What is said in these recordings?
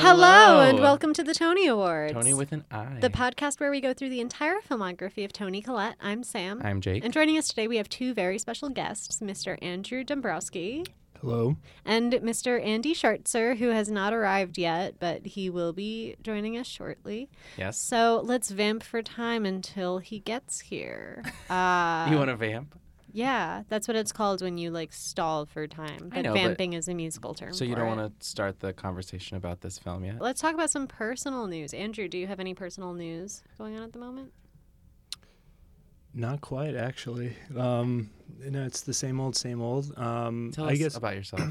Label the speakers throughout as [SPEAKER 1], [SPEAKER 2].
[SPEAKER 1] Hello and welcome to the Tony Awards.
[SPEAKER 2] Tony with an I.
[SPEAKER 1] the podcast where we go through the entire filmography of Tony Collette. I'm Sam.
[SPEAKER 2] I'm Jake.
[SPEAKER 1] and joining us today, we have two very special guests, Mr. Andrew Dombrowski
[SPEAKER 3] Hello.
[SPEAKER 1] and Mr. Andy Schartzer, who has not arrived yet, but he will be joining us shortly.
[SPEAKER 2] yes.
[SPEAKER 1] So let's vamp for time until he gets here. Uh,
[SPEAKER 2] you want to vamp?
[SPEAKER 1] yeah, that's what it's called when you like stall for time.
[SPEAKER 2] I
[SPEAKER 1] But
[SPEAKER 2] know, but-
[SPEAKER 1] vamping is a musical term.
[SPEAKER 2] So you
[SPEAKER 1] for
[SPEAKER 2] don't
[SPEAKER 1] it.
[SPEAKER 2] want to start the conversation about this film
[SPEAKER 3] Um,
[SPEAKER 2] yet?
[SPEAKER 1] Let's talk about some personal news. Andrew, do you have any personal news going on at the moment?
[SPEAKER 3] Not quite, actually. Um, no, it's the same old, same old. Um,
[SPEAKER 2] Tell
[SPEAKER 3] I
[SPEAKER 2] us
[SPEAKER 3] guess.
[SPEAKER 2] about yourself.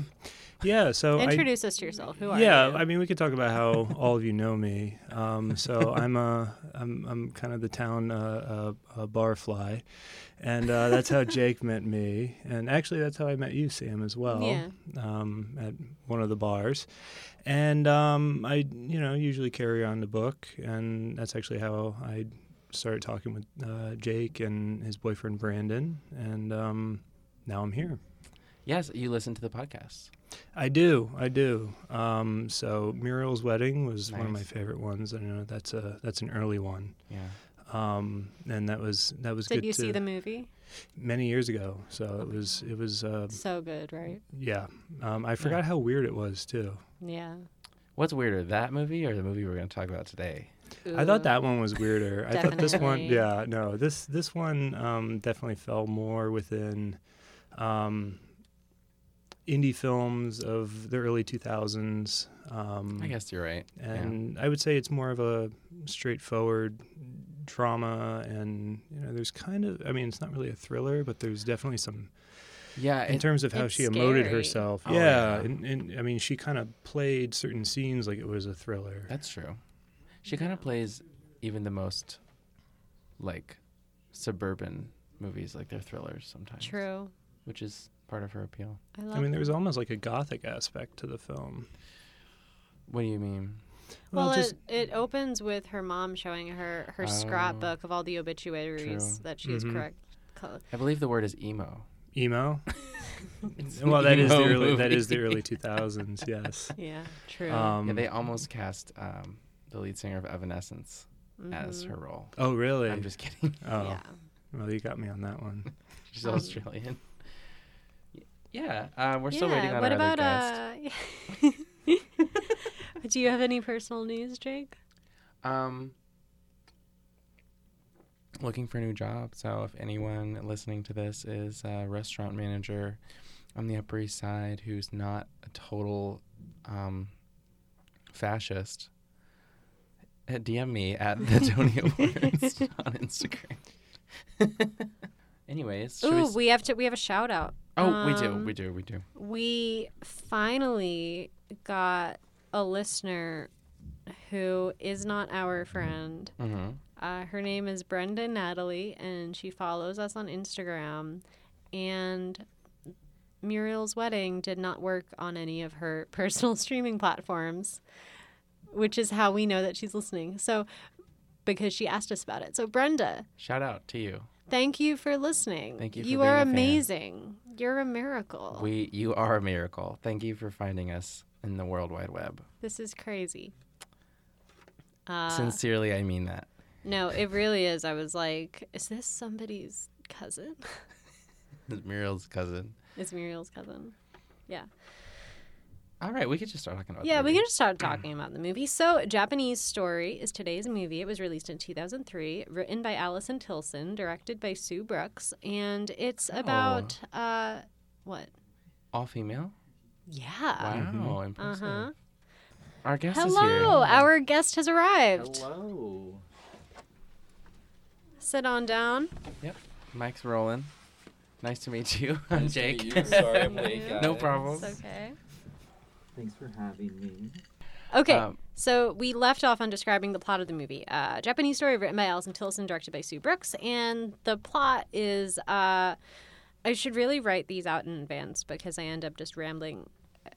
[SPEAKER 3] Yeah. So Oh, I,
[SPEAKER 1] Introduce us to yourself. Who are
[SPEAKER 3] yeah,
[SPEAKER 1] you?
[SPEAKER 3] I mean, we could talk about how all of you know me. Um, so I'm a, I'm, I'm kind of the town uh, uh, uh, barfly, and uh, that's how Jake met me, and actually that's how I met you, Sam, as well.
[SPEAKER 1] Yeah.
[SPEAKER 3] Um, at one of the bars, and um, I, you know, usually carry on the book, and that's actually how I started talking with uh, Jake and his boyfriend Brandon, and um, now I'm here.
[SPEAKER 2] yes, you listen to the podcast.
[SPEAKER 3] I do, I do. Um, so Muriel's wedding was one of my
[SPEAKER 2] Nice.
[SPEAKER 3] favorite ones. I know that's a that's an early one,
[SPEAKER 2] Yeah.
[SPEAKER 3] um, and that was that was
[SPEAKER 1] Did
[SPEAKER 3] good
[SPEAKER 1] you see
[SPEAKER 3] to-
[SPEAKER 1] the movie?
[SPEAKER 3] many years ago. So it was it was uh,
[SPEAKER 1] So good, right?
[SPEAKER 3] yeah. Um, I forgot how weird it was too.
[SPEAKER 1] Yeah.
[SPEAKER 2] What's weirder, that movie or the movie we're going to talk about today?
[SPEAKER 3] I thought
[SPEAKER 1] Ooh.
[SPEAKER 3] that one was weirder. I thought this one,
[SPEAKER 1] Definitely.
[SPEAKER 3] yeah, no, this this one um, definitely fell more within um, indie films of the early two thousands. Um,
[SPEAKER 2] I guess you're right. Yeah.
[SPEAKER 3] and I would say it's more of a straightforward drama, and you know, there's kind of, I mean, it's not really a thriller, but there's definitely some
[SPEAKER 2] Yeah.
[SPEAKER 3] in
[SPEAKER 2] it-
[SPEAKER 3] terms of how
[SPEAKER 1] it's
[SPEAKER 3] she emoted
[SPEAKER 1] scary.
[SPEAKER 3] herself.
[SPEAKER 2] Oh,
[SPEAKER 3] yeah,
[SPEAKER 2] yeah.
[SPEAKER 3] And, and I mean, she kind of played certain scenes like it was a thriller.
[SPEAKER 2] that's true. She kind of plays even the most like suburban movies like they're thrillers sometimes.
[SPEAKER 1] True.
[SPEAKER 2] Which is part of her appeal.
[SPEAKER 1] I love
[SPEAKER 3] I mean, there was almost like a gothic aspect to the film.
[SPEAKER 2] What do you mean?
[SPEAKER 1] Well,
[SPEAKER 3] well, just-
[SPEAKER 1] it, it opens with her mom showing her her
[SPEAKER 2] Oh.
[SPEAKER 1] scrapbook of all the obituaries
[SPEAKER 2] True.
[SPEAKER 1] that she is
[SPEAKER 3] Mhm.
[SPEAKER 1] correct. co-
[SPEAKER 2] I believe the word is emo.
[SPEAKER 3] Emo.
[SPEAKER 2] It's
[SPEAKER 3] well, that is the
[SPEAKER 2] emo
[SPEAKER 3] early that
[SPEAKER 2] movie.
[SPEAKER 3] is the early two thousands. Yes.
[SPEAKER 1] Yeah, true.
[SPEAKER 3] Um,
[SPEAKER 2] yeah, they almost cast um, the lead singer of Evanescence as
[SPEAKER 1] Mhm.
[SPEAKER 2] her role.
[SPEAKER 3] oh, really?
[SPEAKER 2] I'm just kidding.
[SPEAKER 3] oh,
[SPEAKER 1] Yeah.
[SPEAKER 3] well, you got me on that one.
[SPEAKER 2] She's
[SPEAKER 1] Um,
[SPEAKER 2] Australian. Y- Yeah, uh, we're still
[SPEAKER 1] Yeah,
[SPEAKER 2] waiting on
[SPEAKER 1] what
[SPEAKER 2] our
[SPEAKER 1] about,
[SPEAKER 2] other guest.
[SPEAKER 1] uh, Do you have any personal news, Jake?
[SPEAKER 2] Um, looking for a new job. So if anyone listening to this is a restaurant manager on the Upper East Side who's not a total um, fascist, uh, DM me at the Tony Awards on Instagram. Anyways, should we
[SPEAKER 1] Ooh,
[SPEAKER 2] s-
[SPEAKER 1] we have to. We have a shout out.
[SPEAKER 2] oh, we do,
[SPEAKER 1] um,
[SPEAKER 2] we do, we do.
[SPEAKER 1] We finally got a listener who is not our friend.
[SPEAKER 2] hmm
[SPEAKER 1] Uh, her name is Brenda Natalie, and she follows us on Instagram. And Muriel's wedding did not work on any of her personal streaming platforms, which is how we know that she's listening. So, because she asked us about it. So, Brenda,
[SPEAKER 2] Shout out to you.
[SPEAKER 1] thank you for listening.
[SPEAKER 2] Thank you for
[SPEAKER 1] You
[SPEAKER 2] being
[SPEAKER 1] are
[SPEAKER 2] a fan.
[SPEAKER 1] amazing. You're a miracle.
[SPEAKER 2] We, you are a miracle. Thank you for finding us in the World Wide Web.
[SPEAKER 1] this is crazy. Uh,
[SPEAKER 2] Sincerely, I mean that.
[SPEAKER 1] no, it really is. I was like, is this somebody's cousin?
[SPEAKER 2] Muriel's cousin.
[SPEAKER 1] is Muriel's cousin? Yeah.
[SPEAKER 2] All right, we could just start talking about. the
[SPEAKER 1] Yeah, we
[SPEAKER 2] movie.
[SPEAKER 1] can just start talking about the movie. So, Japanese Story is today's movie. It was released in 2003, written by Allison Tilson, directed by Sue Brooks, and it's
[SPEAKER 2] Oh.
[SPEAKER 1] about uh what?
[SPEAKER 2] All female. Wow,
[SPEAKER 1] Yeah. Uh
[SPEAKER 2] impressive.
[SPEAKER 1] huh.
[SPEAKER 2] Our guest
[SPEAKER 1] Hello,
[SPEAKER 2] is
[SPEAKER 1] our guest has arrived.
[SPEAKER 4] Hello.
[SPEAKER 1] Sit on down.
[SPEAKER 2] here. Yep. Mike's rolling. Nice to meet you. I'm
[SPEAKER 4] Nice to meet
[SPEAKER 2] Jake.
[SPEAKER 4] you. Sorry I'm late,
[SPEAKER 1] Yeah.
[SPEAKER 2] no
[SPEAKER 4] guys.
[SPEAKER 2] problem.
[SPEAKER 1] It's okay.
[SPEAKER 4] Thanks for having me.
[SPEAKER 1] Okay.
[SPEAKER 2] Um,
[SPEAKER 1] so we left off on describing the plot of the movie. Uh, Japanese story written by Alison Tilson, directed by Sue Brooks, and the plot is. Uh, I should really write these out in advance because I end up just rambling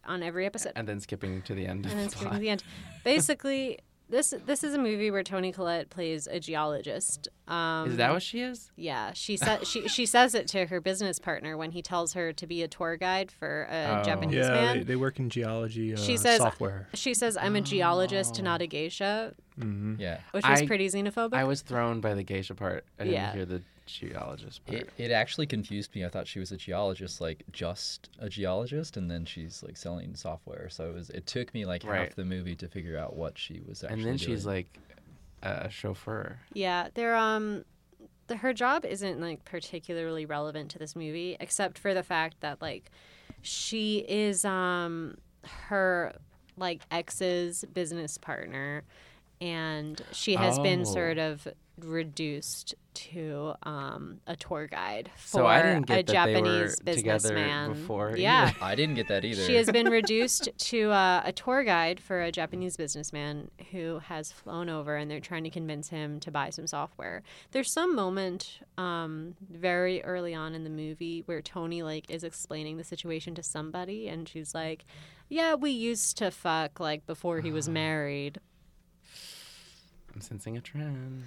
[SPEAKER 1] on every episode
[SPEAKER 2] And then skipping to the end.
[SPEAKER 1] and then
[SPEAKER 2] of the
[SPEAKER 1] skipping to
[SPEAKER 2] plot.
[SPEAKER 1] the end. Basically, This this is a movie where Tony Collette plays a geologist. Um,
[SPEAKER 2] is that what she is?
[SPEAKER 1] Yeah, she says she she says it to her business partner when he tells her to be a tour guide for a
[SPEAKER 2] Oh.
[SPEAKER 1] Japanese
[SPEAKER 3] Yeah,
[SPEAKER 1] man.
[SPEAKER 3] they, they work in geology uh,
[SPEAKER 1] She says-
[SPEAKER 3] software.
[SPEAKER 1] She says, "I'm a geologist, not
[SPEAKER 2] Oh.
[SPEAKER 1] a geisha,"
[SPEAKER 3] hmm
[SPEAKER 5] Yeah.
[SPEAKER 1] which was
[SPEAKER 2] I-
[SPEAKER 1] pretty xenophobic.
[SPEAKER 2] I was thrown by the geisha part. I didn't
[SPEAKER 1] Yeah.
[SPEAKER 2] hear the geologist part.
[SPEAKER 5] It, it actually confused me. I thought she was a geologist, like just a geologist, and then she's like selling software. So it was. It took me like
[SPEAKER 2] Right.
[SPEAKER 5] half the movie to figure out what she was actually.
[SPEAKER 2] and then she's
[SPEAKER 5] doing.
[SPEAKER 2] like uh, a chauffeur.
[SPEAKER 1] yeah, they're um, the, her job isn't like particularly relevant to this movie, except for the fact that like she is um her like ex's business partner, and she has
[SPEAKER 2] Oh.
[SPEAKER 1] been sort of reduced to um a tour guide for
[SPEAKER 2] So I didn't
[SPEAKER 1] a
[SPEAKER 2] get that they were
[SPEAKER 1] Japanese
[SPEAKER 2] together
[SPEAKER 1] businessman.
[SPEAKER 2] before
[SPEAKER 1] yeah.
[SPEAKER 2] either.
[SPEAKER 5] I didn't get that either.
[SPEAKER 1] She has been reduced to uh, a tour guide for a Japanese businessman who has flown over, and they're trying to convince him to buy some software. There's some moment um, very early on in the movie where Tony like is explaining the situation to somebody, and she's like, "Yeah, we used to fuck like before he
[SPEAKER 5] Uh-huh.
[SPEAKER 1] was married."
[SPEAKER 2] I'm sensing a trend.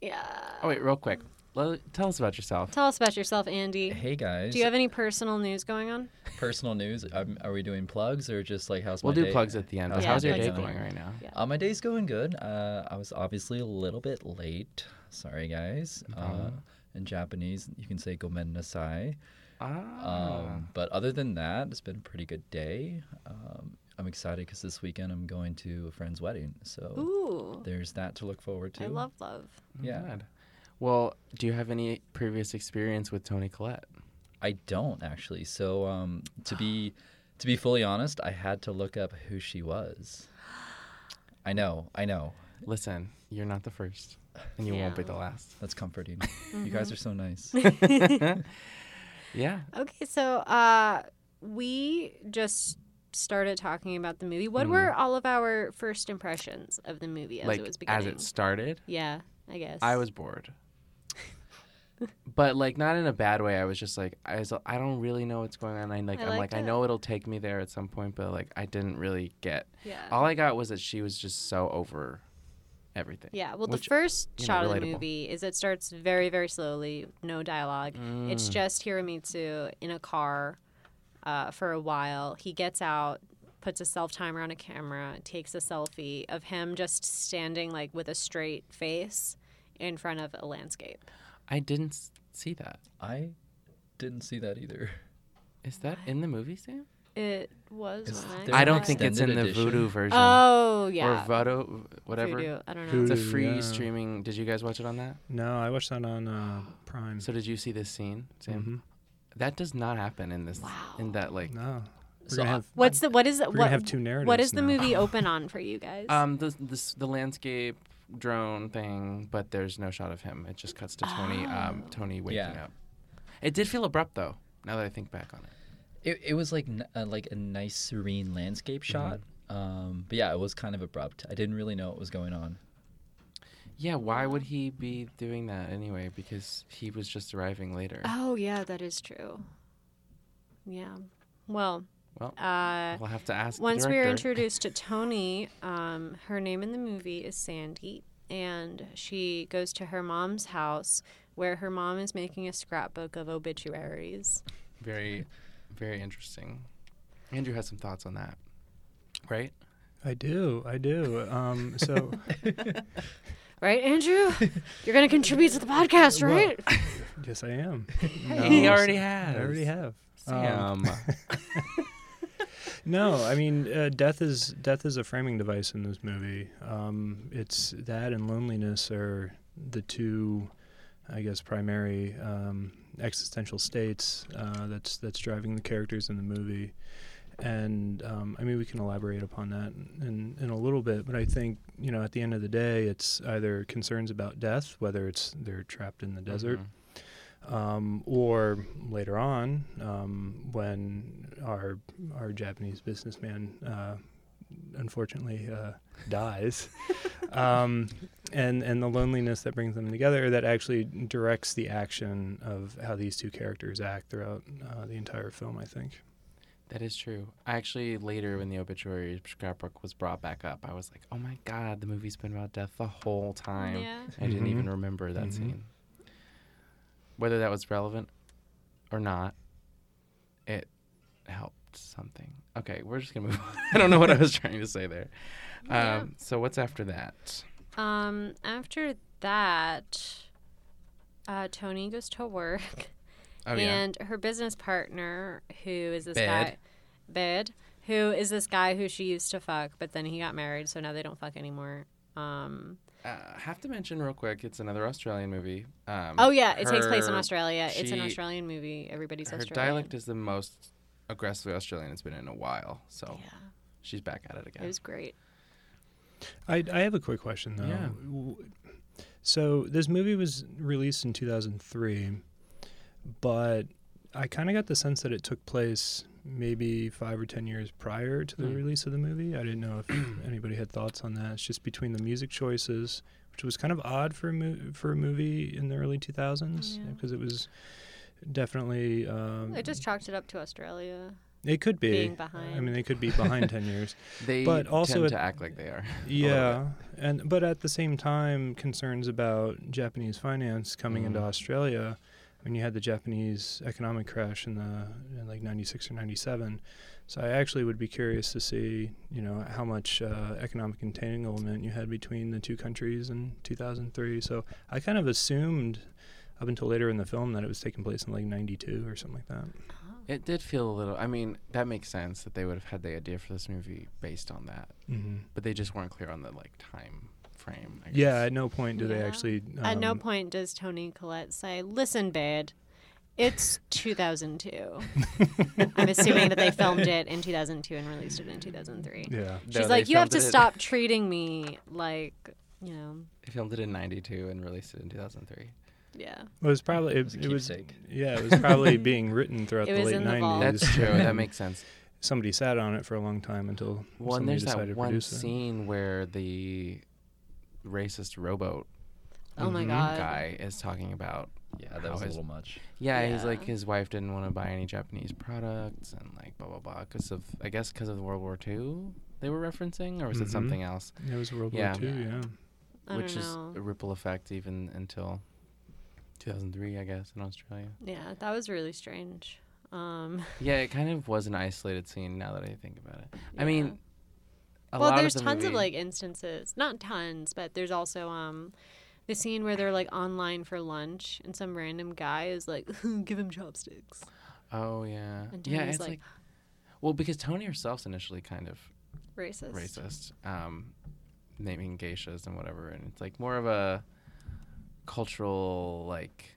[SPEAKER 1] Yeah.
[SPEAKER 2] Oh wait, real quick. Lo- Tell us about yourself.
[SPEAKER 1] Tell us about yourself, Andy.
[SPEAKER 5] Hey guys,
[SPEAKER 1] Do you have any personal news going on?
[SPEAKER 5] personal news? Um, are we doing plugs or just like how's
[SPEAKER 2] We'll
[SPEAKER 5] my
[SPEAKER 2] do
[SPEAKER 5] day?
[SPEAKER 2] plugs at the end. But
[SPEAKER 1] Yeah,
[SPEAKER 2] how's your
[SPEAKER 1] plugs
[SPEAKER 2] day
[SPEAKER 1] at the
[SPEAKER 2] going
[SPEAKER 5] end.
[SPEAKER 2] right now?
[SPEAKER 1] Yeah.
[SPEAKER 5] Uh, my day's going good. Uh, I was obviously a little bit late. Sorry, guys.
[SPEAKER 2] Uh-huh.
[SPEAKER 5] Uh, in Japanese, you can say "gomen nasai."
[SPEAKER 1] Oh.
[SPEAKER 2] Ah,
[SPEAKER 5] Um, but other than that, it's been a pretty good day. Um, I'm excited because this weekend I'm going to a friend's wedding, so
[SPEAKER 1] Ooh,
[SPEAKER 5] there's that to look forward to.
[SPEAKER 1] I love love.
[SPEAKER 5] yeah.
[SPEAKER 2] Good. Well, do you have any previous experience with Tony Collette?
[SPEAKER 5] I don't actually. So um, to be to be fully honest, I had to look up who she was. I know, I know.
[SPEAKER 2] Listen, you're not the first, and you won't be
[SPEAKER 1] Yeah.
[SPEAKER 2] the last.
[SPEAKER 5] That's comforting. You
[SPEAKER 1] Mm-hmm.
[SPEAKER 5] guys are so nice.
[SPEAKER 2] Yeah.
[SPEAKER 1] Okay, so uh, we just started talking about the movie. What were all of our first impressions of the movie as
[SPEAKER 2] Mm. like
[SPEAKER 1] it was beginning?
[SPEAKER 2] as it started,
[SPEAKER 1] yeah, I guess.
[SPEAKER 2] I was bored. but like not in a bad way. I was just like I was, I don't really know what's going on. I like
[SPEAKER 1] I
[SPEAKER 2] I am like
[SPEAKER 1] liked
[SPEAKER 2] I
[SPEAKER 1] it.
[SPEAKER 2] know it'll take me there at some point, but like I didn't really get.
[SPEAKER 1] Yeah.
[SPEAKER 2] All I got was that she was just so over everything.
[SPEAKER 1] yeah, well,
[SPEAKER 2] which,
[SPEAKER 1] the first
[SPEAKER 2] you know,
[SPEAKER 1] shot of the
[SPEAKER 2] relatable.
[SPEAKER 1] movie is it starts very, very slowly, no dialogue.
[SPEAKER 2] Mm.
[SPEAKER 1] It's just Hiramitsu in a car uh, for a while. He gets out, puts a self timer on a camera, takes a selfie of him just standing like with a straight face in front of a landscape.
[SPEAKER 2] I didn't s- see that.
[SPEAKER 5] I didn't see that either.
[SPEAKER 2] Is that in the movie, Sam?
[SPEAKER 1] It was.
[SPEAKER 5] Is
[SPEAKER 1] when
[SPEAKER 5] there
[SPEAKER 2] I
[SPEAKER 5] an
[SPEAKER 2] don't
[SPEAKER 1] got
[SPEAKER 2] think it's in
[SPEAKER 5] extended
[SPEAKER 2] the
[SPEAKER 5] edition?
[SPEAKER 2] Voodoo version
[SPEAKER 1] Oh
[SPEAKER 2] or
[SPEAKER 1] yeah.
[SPEAKER 2] Voodoo, whatever.
[SPEAKER 1] Voodoo. I don't know.
[SPEAKER 2] It's a
[SPEAKER 3] Voodoo,
[SPEAKER 2] free
[SPEAKER 3] yeah. Mm-hmm.
[SPEAKER 2] streaming. Did you guys watch it on that?
[SPEAKER 3] No, I watched that on uh, Prime.
[SPEAKER 2] So did you see this scene, Sam?
[SPEAKER 3] Mhm.
[SPEAKER 2] That does not happen in this. In that like.
[SPEAKER 3] No, we're
[SPEAKER 5] So
[SPEAKER 3] gonna
[SPEAKER 5] I-
[SPEAKER 3] have
[SPEAKER 1] What's the what is
[SPEAKER 3] we're
[SPEAKER 1] what
[SPEAKER 3] gonna have two narratives.
[SPEAKER 1] what is the
[SPEAKER 3] now.
[SPEAKER 1] movie open on for you guys?
[SPEAKER 2] Um, the this, the landscape drone thing, but there's no shot of him. It just cuts to Tony. Um,
[SPEAKER 1] Oh.
[SPEAKER 2] Tony waking
[SPEAKER 5] Yeah.
[SPEAKER 2] up. It did feel abrupt though. Now that I think back on it,
[SPEAKER 5] It, it was like n- uh, like a nice serene landscape
[SPEAKER 1] Mm-hmm.
[SPEAKER 5] shot. Um, but yeah, it was kind of abrupt. I didn't really know what was going on.
[SPEAKER 2] yeah. Why would he be doing that anyway? Because he was just arriving later.
[SPEAKER 1] oh yeah, that is true. Yeah. Well.
[SPEAKER 2] Well,
[SPEAKER 1] Uh,
[SPEAKER 2] we'll have to ask. the
[SPEAKER 1] once we were
[SPEAKER 2] director.
[SPEAKER 1] introduced to Tony, um, her name in the movie is Sandy, and she goes to her mom's house where her mom is making a scrapbook of obituaries.
[SPEAKER 2] very, very interesting. Andrew has some thoughts on that, right?
[SPEAKER 3] I do, I do. Um, so
[SPEAKER 1] Right, Andrew? You're gonna contribute to the podcast,
[SPEAKER 3] Well,
[SPEAKER 1] right?
[SPEAKER 3] yes, I am.
[SPEAKER 2] he
[SPEAKER 3] No,
[SPEAKER 2] already
[SPEAKER 3] so-
[SPEAKER 2] has.
[SPEAKER 3] I already have. Um,
[SPEAKER 2] Sam.
[SPEAKER 3] no, I mean, uh, death is death is a framing device in this movie. Um, it's that and loneliness are the two, I guess, primary um, existential states uh, that's that's driving the characters in the movie. And um, I mean, we can elaborate upon that in, in a little bit, but I think you know, at the end of the day, it's either concerns about death, whether it's they're trapped in the desert,
[SPEAKER 2] Mhm.
[SPEAKER 3] um, or later on um, when our our Japanese businessman uh, unfortunately uh, dies, um, and and the loneliness that brings them together that actually directs the action of how these two characters act throughout uh, the entire film. I think.
[SPEAKER 2] That is true. I actually later when the obituary scrapbook was brought back up, I was like, "Oh my god, the movie's been about death the whole time."
[SPEAKER 1] Yeah.
[SPEAKER 2] I didn't
[SPEAKER 3] Mhm.
[SPEAKER 2] even remember that
[SPEAKER 3] Mhm.
[SPEAKER 2] scene. Whether that was relevant or not, it helped something. Okay, we're just gonna move on. I don't know what I was trying to say there.
[SPEAKER 1] Yeah.
[SPEAKER 2] Um, so what's after that?
[SPEAKER 1] Um, after that, uh, Tony goes to work,
[SPEAKER 2] Oh yeah,
[SPEAKER 1] and her business partner, who is this
[SPEAKER 2] Bed.
[SPEAKER 1] guy, Bed, who is this guy who she used to fuck, but then he got married, so now they don't fuck anymore. Um,
[SPEAKER 2] uh, have to mention real quick. It's another Australian movie. Um,
[SPEAKER 1] oh yeah, it takes place in
[SPEAKER 2] her-
[SPEAKER 1] Australia. it's an
[SPEAKER 2] she-
[SPEAKER 1] Australian movie. Everybody's
[SPEAKER 2] Her
[SPEAKER 1] Australian.
[SPEAKER 2] dialect is the most aggressively Australian it's been in a while. So
[SPEAKER 1] yeah,
[SPEAKER 2] she's back at it again.
[SPEAKER 1] it was great.
[SPEAKER 3] I, I have a quick question though.
[SPEAKER 2] Yeah.
[SPEAKER 3] W- So this movie was released in 2003, but I kind of got the sense that it took place maybe five or ten years prior to the
[SPEAKER 2] Hmm.
[SPEAKER 3] release of the movie. I didn't know if anybody had thoughts on that. It's just between the music choices, which was kind of odd for a mo- for a movie in the early 2000s
[SPEAKER 1] Yeah.
[SPEAKER 3] because it was definitely um,
[SPEAKER 1] I just chalked it up to Australia.
[SPEAKER 3] it could be
[SPEAKER 1] being
[SPEAKER 3] I mean,
[SPEAKER 1] behind.
[SPEAKER 3] they could be behind ten years.
[SPEAKER 2] They
[SPEAKER 3] But also
[SPEAKER 2] tend
[SPEAKER 3] it-
[SPEAKER 2] to act like they are. a little bit.
[SPEAKER 3] Yeah, and but at the same time, concerns about Japanese finance coming into
[SPEAKER 2] Mhm.
[SPEAKER 3] Australia. When you had the Japanese economic crash in the in like '96 or '97, so I actually would be curious to see, you know, how much uh, economic entanglement you had between the two countries in 2003. So I kind of assumed up until later in the film that it was taking place in like '92 or something like that.
[SPEAKER 2] It did feel a little. I mean, that makes sense that they would have had the idea for this movie based on that,
[SPEAKER 3] Mm-hmm.
[SPEAKER 2] but they just weren't clear on the like time frame. I
[SPEAKER 3] Yeah,
[SPEAKER 2] guess.
[SPEAKER 3] at no point do they
[SPEAKER 1] Yeah.
[SPEAKER 3] actually. Um,
[SPEAKER 1] At no point does Tony Collette say, "Listen, babe, it's 2002." I'm assuming that they filmed it in 2002 and released it in 2003.
[SPEAKER 3] Yeah.
[SPEAKER 2] No,
[SPEAKER 1] She's
[SPEAKER 2] they
[SPEAKER 1] like, "You have
[SPEAKER 2] filmed
[SPEAKER 1] to
[SPEAKER 2] it in-
[SPEAKER 1] stop treating me like, you know,
[SPEAKER 2] They filmed it in '92 and released it in 2003.
[SPEAKER 1] yeah."
[SPEAKER 3] It was probably
[SPEAKER 5] It was
[SPEAKER 3] it,
[SPEAKER 5] a
[SPEAKER 3] it was
[SPEAKER 5] keepsake.
[SPEAKER 3] yeah it was probably being written throughout
[SPEAKER 1] It
[SPEAKER 3] the
[SPEAKER 1] was
[SPEAKER 3] late
[SPEAKER 1] in the vault.
[SPEAKER 3] nineties.
[SPEAKER 2] That's true. That makes sense.
[SPEAKER 3] somebody sat on it for a long time until
[SPEAKER 2] Well, and
[SPEAKER 3] somebody
[SPEAKER 2] there's
[SPEAKER 3] decided
[SPEAKER 2] that
[SPEAKER 3] to
[SPEAKER 2] one
[SPEAKER 3] produce
[SPEAKER 2] scene where the racist rowboat
[SPEAKER 1] Oh my
[SPEAKER 3] Mhm.
[SPEAKER 1] god.
[SPEAKER 2] guy is talking about.
[SPEAKER 5] Yeah,
[SPEAKER 2] how
[SPEAKER 5] that was a
[SPEAKER 2] his-
[SPEAKER 5] little much.
[SPEAKER 2] Yeah, he's
[SPEAKER 1] Yeah.
[SPEAKER 2] like his wife didn't want to buy any Japanese products and like blah blah blah because of I guess because of World War II they were referencing or was it
[SPEAKER 3] Mhm.
[SPEAKER 2] something else?
[SPEAKER 3] it. It was World
[SPEAKER 2] Yeah.
[SPEAKER 3] War II. Yeah.
[SPEAKER 1] I
[SPEAKER 2] which
[SPEAKER 1] don't
[SPEAKER 2] is
[SPEAKER 1] know.
[SPEAKER 2] a ripple effect even until 2003, I guess, in Australia.
[SPEAKER 1] Yeah, that was really strange. Um,
[SPEAKER 2] Yeah, it kind of was an isolated scene. Now that I think about it,
[SPEAKER 1] yeah.
[SPEAKER 2] I mean, a
[SPEAKER 1] well,
[SPEAKER 2] lot
[SPEAKER 1] there's
[SPEAKER 2] of the
[SPEAKER 1] tons of
[SPEAKER 2] movie-
[SPEAKER 1] like instances, not tons, but there's also um, the scene where they're like online for lunch and some random guy is like, "Give him chopsticks."
[SPEAKER 2] Oh yeah,
[SPEAKER 1] And
[SPEAKER 2] yeah.
[SPEAKER 1] Tony's
[SPEAKER 2] It's like,
[SPEAKER 1] like-
[SPEAKER 2] well, because Tony herself's initially kind of
[SPEAKER 1] Racist.
[SPEAKER 2] racist, um, naming geishas and whatever, and it's like more of a cultural like,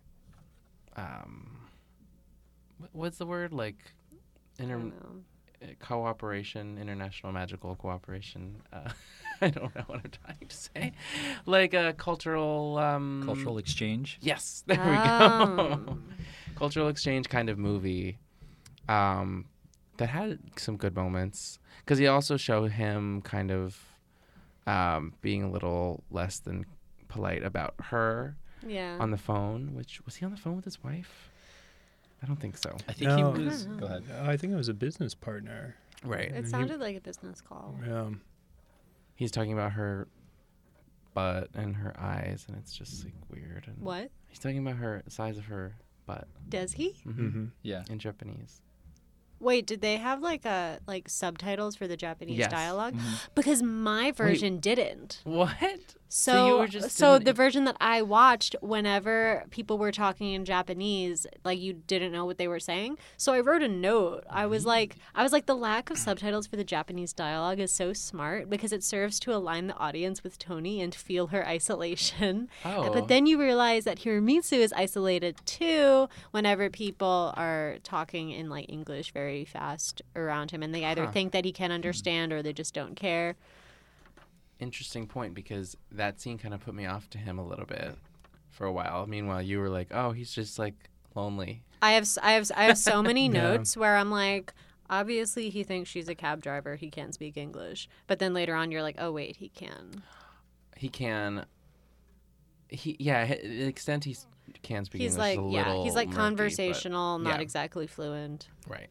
[SPEAKER 2] um, wh- what's the word like,
[SPEAKER 1] I
[SPEAKER 2] inter-
[SPEAKER 1] don't know.
[SPEAKER 2] uh, cooperation, international magical cooperation. Uh, I don't know what I'm trying to say. Like a cultural. Um,
[SPEAKER 5] Cultural
[SPEAKER 1] Mm.
[SPEAKER 5] exchange.
[SPEAKER 2] Yes, there we go.
[SPEAKER 1] Um,
[SPEAKER 2] cultural exchange kind of movie um, that had some good moments because he also show him kind of um, being a little less than polite about her
[SPEAKER 1] Yeah.
[SPEAKER 2] on the phone. Which was he on the phone with his wife? I don't think so.
[SPEAKER 5] I think
[SPEAKER 3] No.
[SPEAKER 5] he was.
[SPEAKER 1] I don't
[SPEAKER 5] Go ahead.
[SPEAKER 3] Uh, I think it was a business partner. Um,
[SPEAKER 2] Right.
[SPEAKER 3] and
[SPEAKER 1] it
[SPEAKER 3] he-
[SPEAKER 1] sounded like a business call.
[SPEAKER 3] Yeah.
[SPEAKER 2] he's talking about her butt and her eyes, and it's just like weird. And
[SPEAKER 1] What?
[SPEAKER 2] he's talking about her size of her butt
[SPEAKER 1] Does he?
[SPEAKER 2] Mhm.
[SPEAKER 3] Mm-hmm.
[SPEAKER 5] Yeah.
[SPEAKER 2] in Japanese.
[SPEAKER 1] Wait, did they have like a like subtitles for the Japanese
[SPEAKER 2] Yes.
[SPEAKER 1] dialogue? Because my version didn't.
[SPEAKER 2] What?
[SPEAKER 1] So
[SPEAKER 2] you
[SPEAKER 1] so,
[SPEAKER 2] were just in-
[SPEAKER 1] the version that I watched whenever people were talking in Japanese, like you didn't know what they were saying. So I wrote a note. I was like I was like the lack of subtitles for the Japanese dialogue is so smart because it serves to align the audience with Tony and feel her isolation.
[SPEAKER 2] Oh,
[SPEAKER 1] But then you realize that Hiramitsu is isolated too whenever people are talking in like English very fast around him and they either
[SPEAKER 2] Huh.
[SPEAKER 1] think that he can understand or they just don't care.
[SPEAKER 2] interesting point because that scene kind of put me off to him a little bit for a while. Meanwhile, you were like, "Oh, he's just like lonely."
[SPEAKER 1] I have s- I have s- I have so many
[SPEAKER 3] Yeah.
[SPEAKER 1] notes where I'm like obviously he thinks she's a cab driver, he can't speak English. But then later on you're like, "Oh wait, he can."
[SPEAKER 2] He can. He yeah, h- the extent he s- can speak
[SPEAKER 1] he's
[SPEAKER 2] English
[SPEAKER 1] like
[SPEAKER 2] is a
[SPEAKER 1] yeah,
[SPEAKER 2] little
[SPEAKER 1] he's like
[SPEAKER 2] murky, but-
[SPEAKER 1] conversational, not
[SPEAKER 2] yeah.
[SPEAKER 1] exactly fluent.
[SPEAKER 2] Right.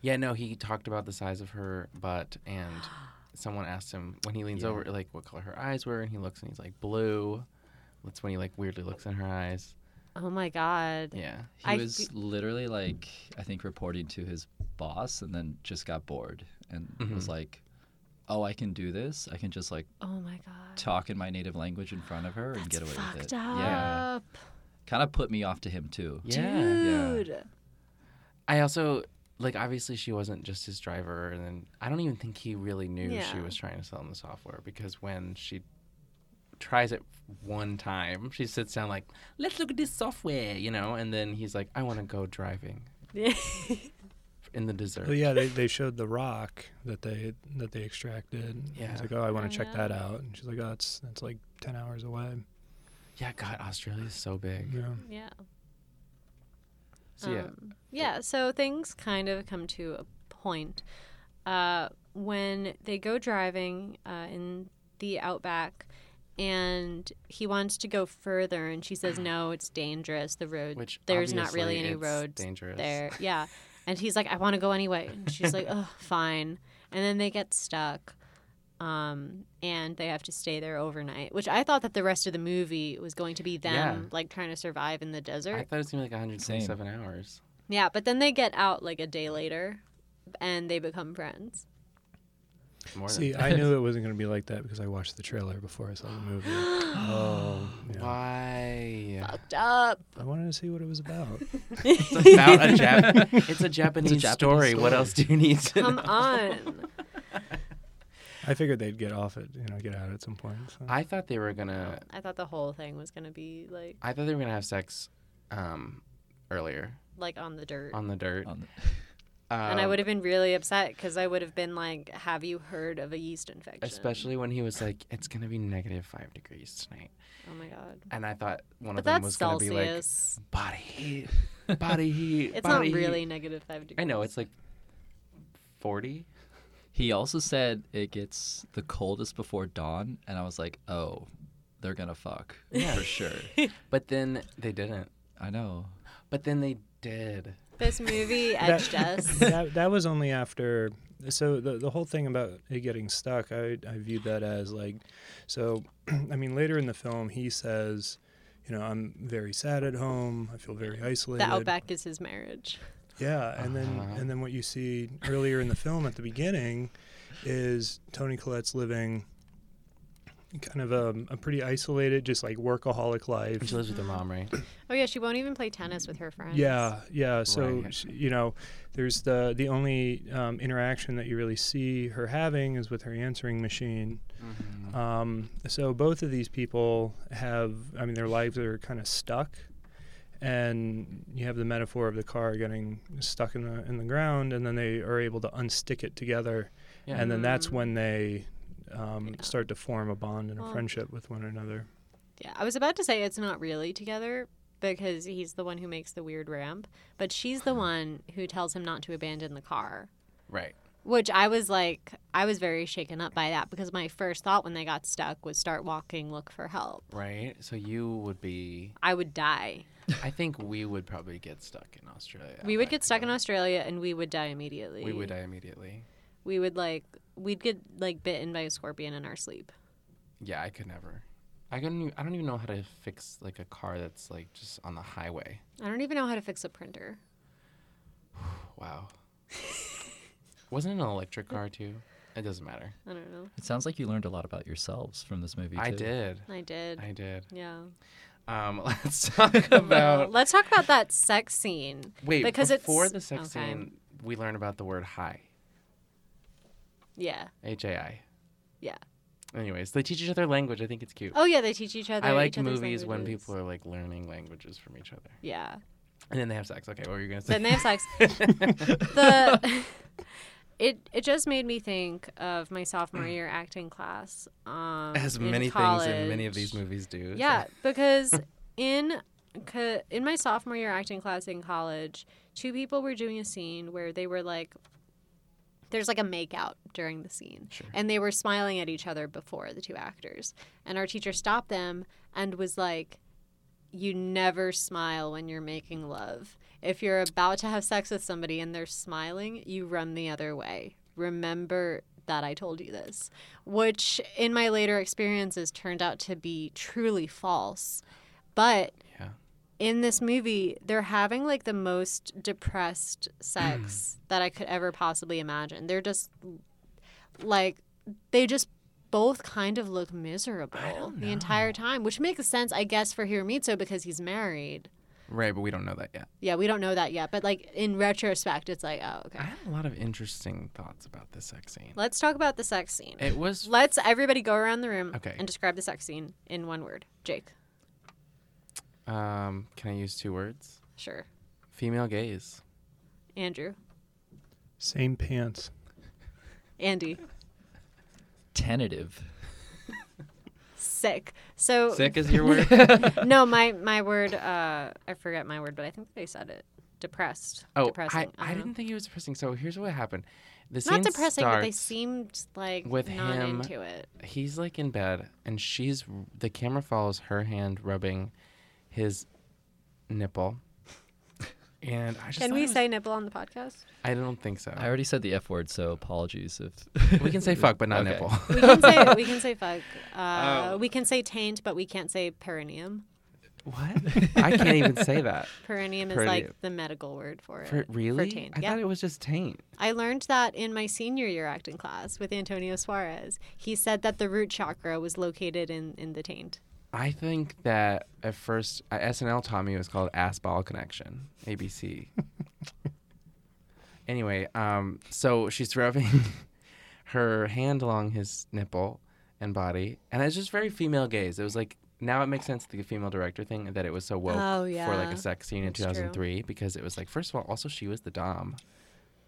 [SPEAKER 2] Yeah, no, he talked about the size of her butt, and someone asked him when he leans
[SPEAKER 5] Yeah.
[SPEAKER 2] over, like, what color her eyes were, and he looks and he's like, blue. That's when he like weirdly looks in her eyes.
[SPEAKER 1] Oh my god.
[SPEAKER 2] Yeah,
[SPEAKER 5] He
[SPEAKER 1] I
[SPEAKER 5] was
[SPEAKER 1] fe-
[SPEAKER 5] literally like, I think reporting to his boss, and then just got bored and was
[SPEAKER 2] Mhm.
[SPEAKER 5] like, "Oh, I can do this. I can just like
[SPEAKER 1] Oh my god.
[SPEAKER 5] talk in my native language in front of her and
[SPEAKER 1] That's
[SPEAKER 5] get away with
[SPEAKER 1] fucked
[SPEAKER 5] it." Yeah,
[SPEAKER 1] up.
[SPEAKER 5] kind of put me off to him too.
[SPEAKER 2] yeah.
[SPEAKER 5] yeah.
[SPEAKER 1] Dude.
[SPEAKER 2] I also like obviously she wasn't just his driver, and then I don't even think he really knew she
[SPEAKER 1] Yeah.
[SPEAKER 2] was trying to sell him the software because when she tries it one time, she sits down like, let's look at this software, you know, and then he's like, I want to go driving
[SPEAKER 1] Yeah.
[SPEAKER 2] in the desert.
[SPEAKER 3] Well, Oh, yeah, they, they showed the rock that they that they extracted.
[SPEAKER 2] Yeah.
[SPEAKER 3] It's like, oh, I want
[SPEAKER 1] I
[SPEAKER 3] to check
[SPEAKER 1] know.
[SPEAKER 3] that out. And she's like, oh, it's that's like ten hours away.
[SPEAKER 2] Yeah, God, Australia's so big.
[SPEAKER 3] Yeah.
[SPEAKER 1] yeah.
[SPEAKER 2] So yeah,
[SPEAKER 1] Um, yeah, so things kind of come to a point. Uh, when they go driving uh, in the outback, and he wants to go further, and she says, No, it's dangerous. The road,
[SPEAKER 2] which
[SPEAKER 1] there's not really
[SPEAKER 2] obviously
[SPEAKER 1] any
[SPEAKER 2] it's
[SPEAKER 1] roads
[SPEAKER 2] dangerous.
[SPEAKER 1] there. Yeah. And he's like, I want to go anyway. And she's like, oh, fine. And then they get stuck. Um, and they have to stay there overnight, which I thought that the rest of the movie was going to be them
[SPEAKER 2] Yeah.
[SPEAKER 1] like trying to survive in the
[SPEAKER 2] I
[SPEAKER 1] desert.
[SPEAKER 2] thought it was gonna be like 127 hours.
[SPEAKER 1] Yeah, but then they get out like a day later and they become friends.
[SPEAKER 2] More
[SPEAKER 3] See,
[SPEAKER 2] than
[SPEAKER 3] I knew it wasn't going to be like that because I watched the trailer before I saw the movie. oh, yeah.
[SPEAKER 2] why?
[SPEAKER 1] Fucked up.
[SPEAKER 3] I wanted to see what it was about.
[SPEAKER 2] It's about a Jap- It's a Japanese,
[SPEAKER 5] Japanese
[SPEAKER 2] story. What
[SPEAKER 5] story.
[SPEAKER 2] else do you need to
[SPEAKER 1] Come
[SPEAKER 2] know?
[SPEAKER 1] on.
[SPEAKER 3] I figured they'd get off it, you know, get out at some point. so.
[SPEAKER 2] I thought they were gonna.
[SPEAKER 1] I thought the whole thing was gonna be like
[SPEAKER 2] I thought they were gonna have sex, um, earlier
[SPEAKER 1] like on the dirt.
[SPEAKER 2] on the dirt.
[SPEAKER 5] On the-
[SPEAKER 1] and I
[SPEAKER 2] Um,
[SPEAKER 1] would have been really upset because I would have been like, "Have you heard of a yeast infection?"
[SPEAKER 2] Especially when he was like, "It's gonna be negative five degrees tonight,"
[SPEAKER 1] Oh my god.
[SPEAKER 2] and I thought one
[SPEAKER 1] But
[SPEAKER 2] of them
[SPEAKER 1] that's
[SPEAKER 2] was
[SPEAKER 1] Celsius.
[SPEAKER 2] gonna be like, "Body heat, body heat."
[SPEAKER 1] it's not
[SPEAKER 2] body heat."
[SPEAKER 1] really negative five degrees.
[SPEAKER 2] I know it's like forty.
[SPEAKER 5] He also said it gets the coldest before dawn, and I was like, "Oh, they're gonna fuck for sure."
[SPEAKER 2] But then they didn't.
[SPEAKER 5] I know.
[SPEAKER 2] But then they did.
[SPEAKER 1] This movie edged us.
[SPEAKER 3] that, that was only after. So the the whole thing about it getting stuck, I I viewed that as like, so, I mean, later in the film, he says, you know, I'm very sad at home. I feel very
[SPEAKER 1] The
[SPEAKER 3] isolated.
[SPEAKER 1] outback is his marriage.
[SPEAKER 3] Yeah, and then
[SPEAKER 2] Uh-huh.
[SPEAKER 3] and then what you see earlier in the film at the beginning is Tony Collette's living kind of a, a pretty isolated, just like workaholic life.
[SPEAKER 2] And she lives with her mom, right?
[SPEAKER 1] Oh yeah, she won't even play tennis with her friends.
[SPEAKER 3] Yeah, yeah. So
[SPEAKER 2] Right.
[SPEAKER 3] sh you know, there's the the only um, interaction that you really see her having is with her answering machine. Um, so both of these people have, I mean, their lives are kind of stuck, and you have the metaphor of the car getting stuck in the in the ground, and then they are able to unstick it together,
[SPEAKER 2] Yeah.
[SPEAKER 3] and then that's
[SPEAKER 1] Mhm.
[SPEAKER 3] when they. Um,
[SPEAKER 1] Yeah.
[SPEAKER 3] Start to form a bond and a
[SPEAKER 1] Well-
[SPEAKER 3] friendship with one another.
[SPEAKER 1] Yeah, I was about to say it's not really together because he's the one who makes the weird ramp, but she's the one who tells him not to abandon the car.
[SPEAKER 2] Right.
[SPEAKER 1] Which I was like, I was very shaken up by that because my first thought when they got stuck was start walking, look for help.
[SPEAKER 2] Right. So you would be.
[SPEAKER 1] I would die.
[SPEAKER 2] I think we would probably get stuck in Australia.
[SPEAKER 1] We would get stuck in
[SPEAKER 2] actually.
[SPEAKER 1] Australia and we would die immediately.
[SPEAKER 2] Oh We would die immediately.
[SPEAKER 1] We would like we'd get like bitten by a scorpion in our sleep.
[SPEAKER 2] Yeah, I could never. I couldn't. e- I don't even know how to fix like a car that's like just on the highway.
[SPEAKER 1] I don't even know how to fix a printer.
[SPEAKER 2] Wow. Wasn't it an electric car too? It doesn't matter.
[SPEAKER 1] I don't know.
[SPEAKER 5] It sounds like you learned a lot about yourselves from this movie.
[SPEAKER 2] I
[SPEAKER 5] too.
[SPEAKER 2] did.
[SPEAKER 1] I did.
[SPEAKER 2] I did.
[SPEAKER 1] yeah.
[SPEAKER 2] Um, let's talk about.
[SPEAKER 1] Let's talk about that sex scene.
[SPEAKER 2] Wait,
[SPEAKER 1] because it's-
[SPEAKER 2] before the sex
[SPEAKER 1] okay.
[SPEAKER 2] scene, we learn about the word high.
[SPEAKER 1] Yeah.
[SPEAKER 2] H A I.
[SPEAKER 1] Yeah.
[SPEAKER 2] Anyways, they teach each other language. I think it's cute.
[SPEAKER 1] Oh yeah, they teach each other.
[SPEAKER 2] I like
[SPEAKER 1] each other's
[SPEAKER 2] movies when
[SPEAKER 1] languages.
[SPEAKER 2] people are like learning languages from each other.
[SPEAKER 1] Yeah.
[SPEAKER 2] And then they have sex. Okay, what were you gonna say?
[SPEAKER 1] Then they have sex. the it it just made me think of my sophomore year acting class. Um,
[SPEAKER 2] As
[SPEAKER 1] in
[SPEAKER 2] many
[SPEAKER 1] college.
[SPEAKER 2] things in many of these movies do. so-
[SPEAKER 1] Yeah, because in co- in my sophomore year acting class in college, two people were doing a scene where they were like there's like a makeout during the scene.
[SPEAKER 2] Sure.
[SPEAKER 1] And they were smiling at each other before the two actors. And our teacher stopped them and was like you never smile when you're making love. if you're about to have sex with somebody and they're smiling, you run the other way. Remember that I told you this, which in my later experiences turned out to be truly false. But
[SPEAKER 2] Yeah.
[SPEAKER 1] in this movie, they're having like the most depressed sex that I could ever possibly imagine. They're just like they just both kind of look miserable the entire time, which makes sense, I guess, for Hiromitsu because he's married.
[SPEAKER 2] Right, but we don't know that yet.
[SPEAKER 1] Yeah, we don't know that yet, but like in retrospect, it's like, oh,
[SPEAKER 2] I
[SPEAKER 1] okay.
[SPEAKER 2] had a lot of interesting thoughts about this sex scene.
[SPEAKER 1] Let's talk about the sex scene.
[SPEAKER 2] It was
[SPEAKER 1] Let's everybody go around the room
[SPEAKER 2] Okay.
[SPEAKER 1] and describe the sex scene in one word. Jake,
[SPEAKER 2] um can I use two words?
[SPEAKER 1] sure.
[SPEAKER 2] Female gaze.
[SPEAKER 1] Andrew,
[SPEAKER 3] Same pants.
[SPEAKER 1] Andy,
[SPEAKER 5] Tentative.
[SPEAKER 1] sick. So
[SPEAKER 2] Sick is your word?
[SPEAKER 1] no, my my word. Uh, I forget my word, but I think they said it. Depressed.
[SPEAKER 2] Oh, I,
[SPEAKER 1] depressing.
[SPEAKER 2] I
[SPEAKER 1] don't know.
[SPEAKER 2] didn't think it was depressing. So here's what happened. The scene
[SPEAKER 1] Not depressing, but they
[SPEAKER 2] starts-
[SPEAKER 1] seemed like
[SPEAKER 2] with
[SPEAKER 1] not
[SPEAKER 2] him-
[SPEAKER 1] into it.
[SPEAKER 2] he's like in bed and she's the camera follows her hand rubbing his nipple and i just
[SPEAKER 1] Can
[SPEAKER 2] thought it
[SPEAKER 1] we
[SPEAKER 2] was-
[SPEAKER 1] say nipple on the podcast?
[SPEAKER 2] i don't think so
[SPEAKER 5] I already said the F word, so apologies if
[SPEAKER 2] we can say fuck but not
[SPEAKER 5] Okay.
[SPEAKER 2] nipple
[SPEAKER 1] We can say we can say fuck. Uh,
[SPEAKER 2] Oh.
[SPEAKER 1] We can say taint, but we can't say perineum.
[SPEAKER 2] what i can't even say that
[SPEAKER 1] Perineum is
[SPEAKER 2] Perineum.
[SPEAKER 1] like the medical word for it.
[SPEAKER 2] for really
[SPEAKER 1] For taint.
[SPEAKER 2] i
[SPEAKER 1] yeah.
[SPEAKER 2] thought it was just taint
[SPEAKER 1] I learned that in my senior year acting class with Antonio Suarez. He said that the root chakra was located in, in the taint.
[SPEAKER 2] i think that at first uh, snl taught me it was called ass ball connection abc anyway um so she's rubbing her hand along his nipple and body, and it's just very female gaze. It was like now it makes sense the female director thing that it was so woke
[SPEAKER 1] Oh,
[SPEAKER 2] for like
[SPEAKER 1] yeah.
[SPEAKER 2] a sex scene in
[SPEAKER 1] That's true.
[SPEAKER 2] 2003 because it was like first of all, also she was the dom.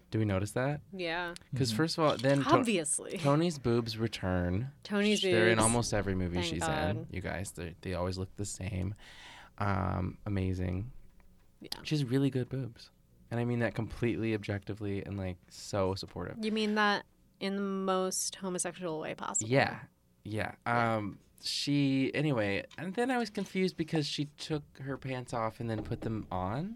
[SPEAKER 2] Do we notice that?
[SPEAKER 1] Yeah.
[SPEAKER 2] Because first of all, then Ton-
[SPEAKER 1] Mm-hmm. Obviously.
[SPEAKER 2] Tony's boobs return.
[SPEAKER 1] Tony's
[SPEAKER 2] They're in
[SPEAKER 1] boobs.
[SPEAKER 2] almost every movie
[SPEAKER 1] Thank
[SPEAKER 2] she's in.
[SPEAKER 1] God.
[SPEAKER 2] You guys, they they always look the same. Um, amazing.
[SPEAKER 1] Yeah.
[SPEAKER 2] She has really good boobs, and I mean that completely objectively and like so supportive.
[SPEAKER 1] You mean that in the most homosexual way possible?
[SPEAKER 2] Yeah, yeah. Um, she anyway, and then I was confused because she took her pants off and then put them on.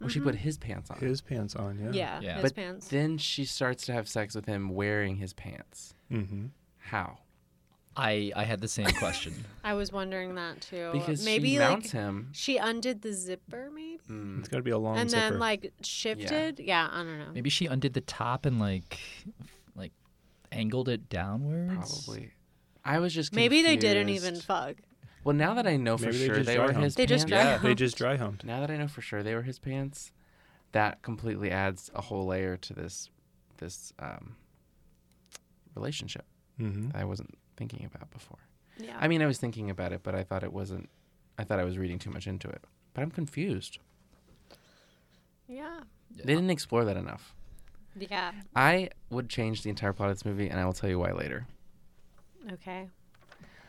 [SPEAKER 2] Or she
[SPEAKER 1] Mm-hmm.
[SPEAKER 2] put his pants on.
[SPEAKER 3] His pants on, yeah.
[SPEAKER 1] Yeah.
[SPEAKER 5] Yeah.
[SPEAKER 1] His
[SPEAKER 2] But
[SPEAKER 1] pants.
[SPEAKER 2] Then she starts to have sex with him wearing his pants.
[SPEAKER 3] Mm-hmm.
[SPEAKER 2] How?
[SPEAKER 5] I I had the same question.
[SPEAKER 1] I was wondering that too.
[SPEAKER 2] Because
[SPEAKER 1] Oh, maybe
[SPEAKER 2] she
[SPEAKER 1] like
[SPEAKER 2] mounts him.
[SPEAKER 1] she undid the zipper, maybe,
[SPEAKER 2] Mm,
[SPEAKER 3] It's got to be a long
[SPEAKER 1] and
[SPEAKER 3] zipper.
[SPEAKER 1] then like shifted. Yeah. I don't know.
[SPEAKER 5] Maybe she undid the top and like like angled it downwards.
[SPEAKER 2] probably. I was just
[SPEAKER 1] Maybe they didn't even
[SPEAKER 2] confused.
[SPEAKER 1] fuck.
[SPEAKER 2] Well, now that I know for
[SPEAKER 3] Maybe they
[SPEAKER 2] sure
[SPEAKER 3] just
[SPEAKER 2] they were
[SPEAKER 3] dry-humped.
[SPEAKER 2] his
[SPEAKER 1] They
[SPEAKER 2] pants.
[SPEAKER 1] just dry-
[SPEAKER 3] they just dry humped.
[SPEAKER 2] Now that I know for sure they were his pants, that completely adds a whole layer to this this um, relationship.
[SPEAKER 3] Mm-hmm.
[SPEAKER 2] I wasn't thinking about before.
[SPEAKER 1] Yeah.
[SPEAKER 2] I mean, I was thinking about it, but I thought it wasn't. I thought I was reading too much into it. But I'm confused.
[SPEAKER 1] yeah.
[SPEAKER 2] They didn't explore that enough.
[SPEAKER 1] Yeah.
[SPEAKER 2] I would change the entire plot of this movie, and I will tell you why later.
[SPEAKER 1] Okay.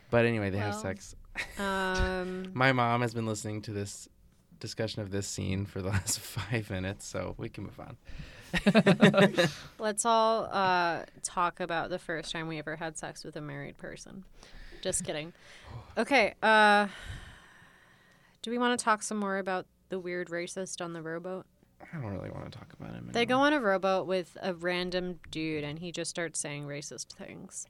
[SPEAKER 2] But anyway, they have
[SPEAKER 1] Well.
[SPEAKER 2] sex.
[SPEAKER 1] Um.
[SPEAKER 2] My mom has been listening to this discussion of this scene for the last five minutes, so we can move on.
[SPEAKER 1] let's all uh, talk about the first time we ever had sex with a married person. Just kidding. Okay. Uh. Do we want to talk some more about the weird racist on the rowboat?
[SPEAKER 2] I don't really want to talk about him.
[SPEAKER 1] They
[SPEAKER 2] anymore.
[SPEAKER 1] go on
[SPEAKER 3] Mm-hmm.
[SPEAKER 1] a rowboat with a random dude, and he just starts saying racist things,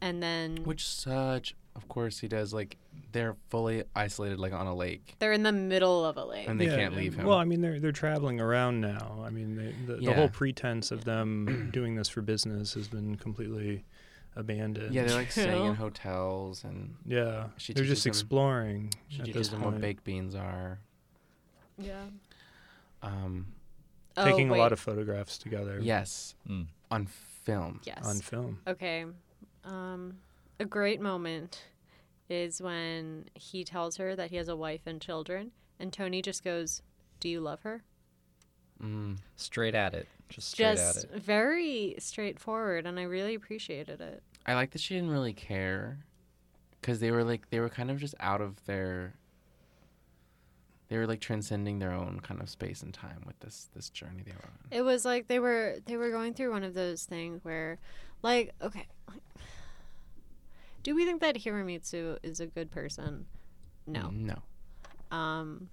[SPEAKER 1] and then
[SPEAKER 2] Which such, of course, he does. Like they're fully isolated, like on a lake,
[SPEAKER 1] they're in the middle of a lake.
[SPEAKER 2] and they
[SPEAKER 3] Yeah,
[SPEAKER 2] can't
[SPEAKER 3] and-
[SPEAKER 2] leave him.
[SPEAKER 3] Well, I mean, they're they're traveling around now. I mean, they, the, the
[SPEAKER 2] Yeah.
[SPEAKER 3] whole pretense of them doing this for business has been completely abandoned.
[SPEAKER 2] yeah, they're like staying in
[SPEAKER 1] True.
[SPEAKER 2] hotels, and
[SPEAKER 3] yeah.
[SPEAKER 2] She
[SPEAKER 3] they're
[SPEAKER 2] teaches
[SPEAKER 3] just
[SPEAKER 2] them-
[SPEAKER 3] exploring.
[SPEAKER 2] she
[SPEAKER 3] at
[SPEAKER 2] teaches
[SPEAKER 3] this
[SPEAKER 2] them what
[SPEAKER 3] point.
[SPEAKER 2] baked beans are.
[SPEAKER 1] yeah.
[SPEAKER 2] Um,
[SPEAKER 3] Taking
[SPEAKER 1] oh,
[SPEAKER 3] a lot
[SPEAKER 1] wait.
[SPEAKER 3] of photographs together
[SPEAKER 2] yes,
[SPEAKER 5] Mm.
[SPEAKER 2] on film.
[SPEAKER 1] yes.
[SPEAKER 3] on film.
[SPEAKER 1] Okay. Um, a great moment is when he tells her that he has a wife and children, and Tony just goes, Do you love her?
[SPEAKER 2] Mm.
[SPEAKER 5] Straight at it. Just straight at
[SPEAKER 1] just
[SPEAKER 5] it.
[SPEAKER 1] very straightforward, and I really appreciated it.
[SPEAKER 2] I like that she didn't really care, because they were like they were kind of just out of their. They were like transcending their own kind of space and time with this this journey they were on.
[SPEAKER 1] It was like they were they were going through one of those things where, like, okay, do we think that Hiramitsu is a good
[SPEAKER 5] Mm-hmm.
[SPEAKER 1] Um, person? No.
[SPEAKER 2] No.
[SPEAKER 1] Um,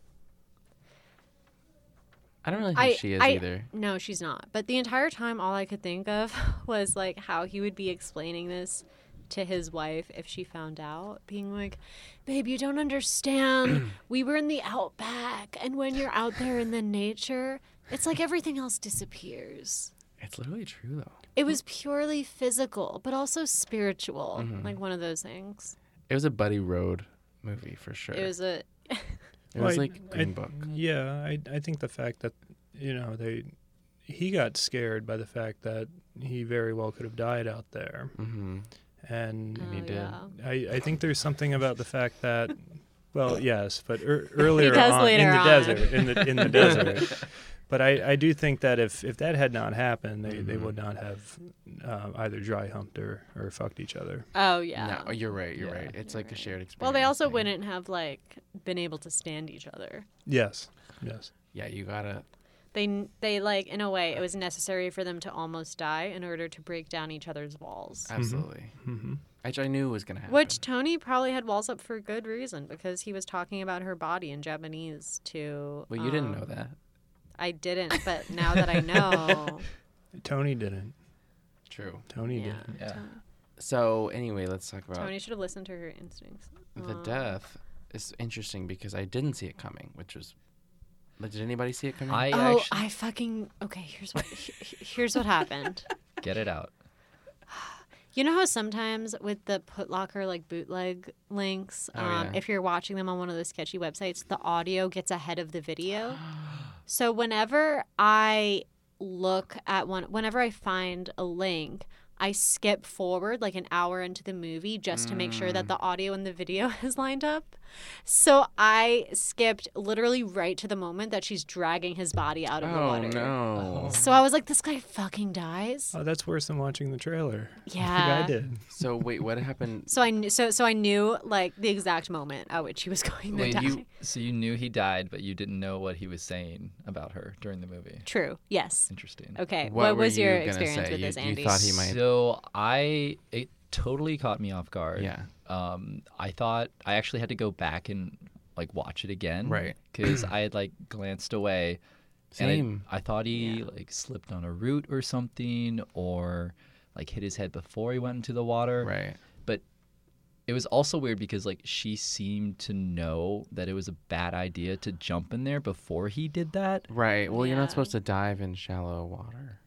[SPEAKER 2] I don't really think
[SPEAKER 1] I-
[SPEAKER 2] she is
[SPEAKER 1] I-
[SPEAKER 2] either.
[SPEAKER 1] No, she's not. But the entire time, all I could think of was like how he would be explaining this to his wife if she found out, being like, "Babe, you don't understand. we were in the outback, and when you're out there in the nature, it's like everything else disappears."
[SPEAKER 2] It's literally true though.
[SPEAKER 1] It was purely physical, but also spiritual,
[SPEAKER 2] Mm-hmm.
[SPEAKER 1] like one of those things.
[SPEAKER 2] It was a buddy road movie for sure.
[SPEAKER 1] It was a
[SPEAKER 2] It was
[SPEAKER 3] Well, I-
[SPEAKER 2] like Green
[SPEAKER 3] I-
[SPEAKER 2] Book.
[SPEAKER 3] Yeah, I I think the fact that you know they he got scared by the fact that he very well could have died out there,
[SPEAKER 2] Mm-hmm.
[SPEAKER 3] and
[SPEAKER 1] oh,
[SPEAKER 2] he did.
[SPEAKER 1] yeah.
[SPEAKER 3] I I think there's something about the fact that. Well, yes, but er, earlier
[SPEAKER 1] does
[SPEAKER 3] on, in
[SPEAKER 1] later
[SPEAKER 3] the
[SPEAKER 1] on.
[SPEAKER 3] desert, in the in the desert. But I, I do think that if, if that had not happened, they, they
[SPEAKER 1] Mm-hmm.
[SPEAKER 2] Mhm.
[SPEAKER 3] would not have uh, either dry humped or, or fucked each other.
[SPEAKER 1] Oh yeah.
[SPEAKER 2] No, you're right. You're
[SPEAKER 5] Yeah.
[SPEAKER 2] right. It's
[SPEAKER 1] You're
[SPEAKER 2] like
[SPEAKER 1] right.
[SPEAKER 2] a shared experience.
[SPEAKER 1] well, they also
[SPEAKER 2] thing.
[SPEAKER 1] wouldn't have like been able to stand each other.
[SPEAKER 3] Yes, yes.
[SPEAKER 2] Yeah, you gotta.
[SPEAKER 1] they they like in a way it was necessary for them to almost die in order to break down each other's walls
[SPEAKER 2] Mm-hmm. Absolutely.
[SPEAKER 3] hmm
[SPEAKER 2] Which I knew was gonna happen.
[SPEAKER 1] which tony probably had walls up for good reason because he was talking about her body in japanese to
[SPEAKER 2] Well, you didn't know
[SPEAKER 1] um,
[SPEAKER 2] that.
[SPEAKER 1] i didn't but now that i know
[SPEAKER 3] Tony didn't.
[SPEAKER 2] True.
[SPEAKER 3] Tony
[SPEAKER 1] yeah,
[SPEAKER 3] didn't.
[SPEAKER 5] Yeah.
[SPEAKER 1] Tony-
[SPEAKER 2] So anyway, let's talk about
[SPEAKER 1] tony should have listened to her instincts
[SPEAKER 2] the
[SPEAKER 1] Um,
[SPEAKER 2] death. Is interesting because I didn't see it coming, which was. But did anybody see it coming?
[SPEAKER 5] I
[SPEAKER 1] oh i
[SPEAKER 5] actually
[SPEAKER 1] fucking okay here's what he- he- here's what happened
[SPEAKER 5] get it out.
[SPEAKER 1] You know how sometimes with the Putlocker like bootleg links,
[SPEAKER 2] Oh,
[SPEAKER 1] um,
[SPEAKER 2] yeah.
[SPEAKER 1] if you're watching them on one of those sketchy websites, the audio gets ahead of the video. so whenever I look at one, whenever I find a link, I skip forward like an hour into the movie just to make sure that
[SPEAKER 2] Mm.
[SPEAKER 1] the audio and the video is lined up. So I skipped literally right to the moment that she's dragging his body out of the
[SPEAKER 2] Oh
[SPEAKER 1] water.
[SPEAKER 2] no!
[SPEAKER 1] So I was like, this guy fucking dies.
[SPEAKER 3] Oh, that's worse than watching the trailer.
[SPEAKER 1] Yeah.
[SPEAKER 3] I think I did.
[SPEAKER 2] So wait, what happened?
[SPEAKER 1] So I knew, so so I knew like the exact moment at which he was going to
[SPEAKER 5] Wait,
[SPEAKER 1] die.
[SPEAKER 5] you so you knew he died, but you didn't know what he was saying about her during the movie.
[SPEAKER 1] True. Yes.
[SPEAKER 5] Interesting.
[SPEAKER 1] Okay.
[SPEAKER 2] What
[SPEAKER 1] What,
[SPEAKER 2] were
[SPEAKER 1] was your
[SPEAKER 2] you gonna
[SPEAKER 1] experience
[SPEAKER 2] say?
[SPEAKER 1] with
[SPEAKER 2] You-
[SPEAKER 1] this,
[SPEAKER 2] you
[SPEAKER 1] Andy?
[SPEAKER 2] thought he might-
[SPEAKER 5] So I it totally caught me off guard.
[SPEAKER 2] Yeah.
[SPEAKER 5] Um, I thought I actually had to go back and like watch it again.
[SPEAKER 2] Right.
[SPEAKER 5] Because I had like glanced away. and I-
[SPEAKER 2] Same.
[SPEAKER 5] I, thought he
[SPEAKER 1] Yeah.
[SPEAKER 5] like slipped on a root or something, or like hit his head before he went into the water.
[SPEAKER 2] Right.
[SPEAKER 5] But it was also weird because like she seemed to know that it was a bad idea to jump in there before he did that.
[SPEAKER 2] Right. Well, you're
[SPEAKER 1] Yeah.
[SPEAKER 2] not supposed to dive in shallow water.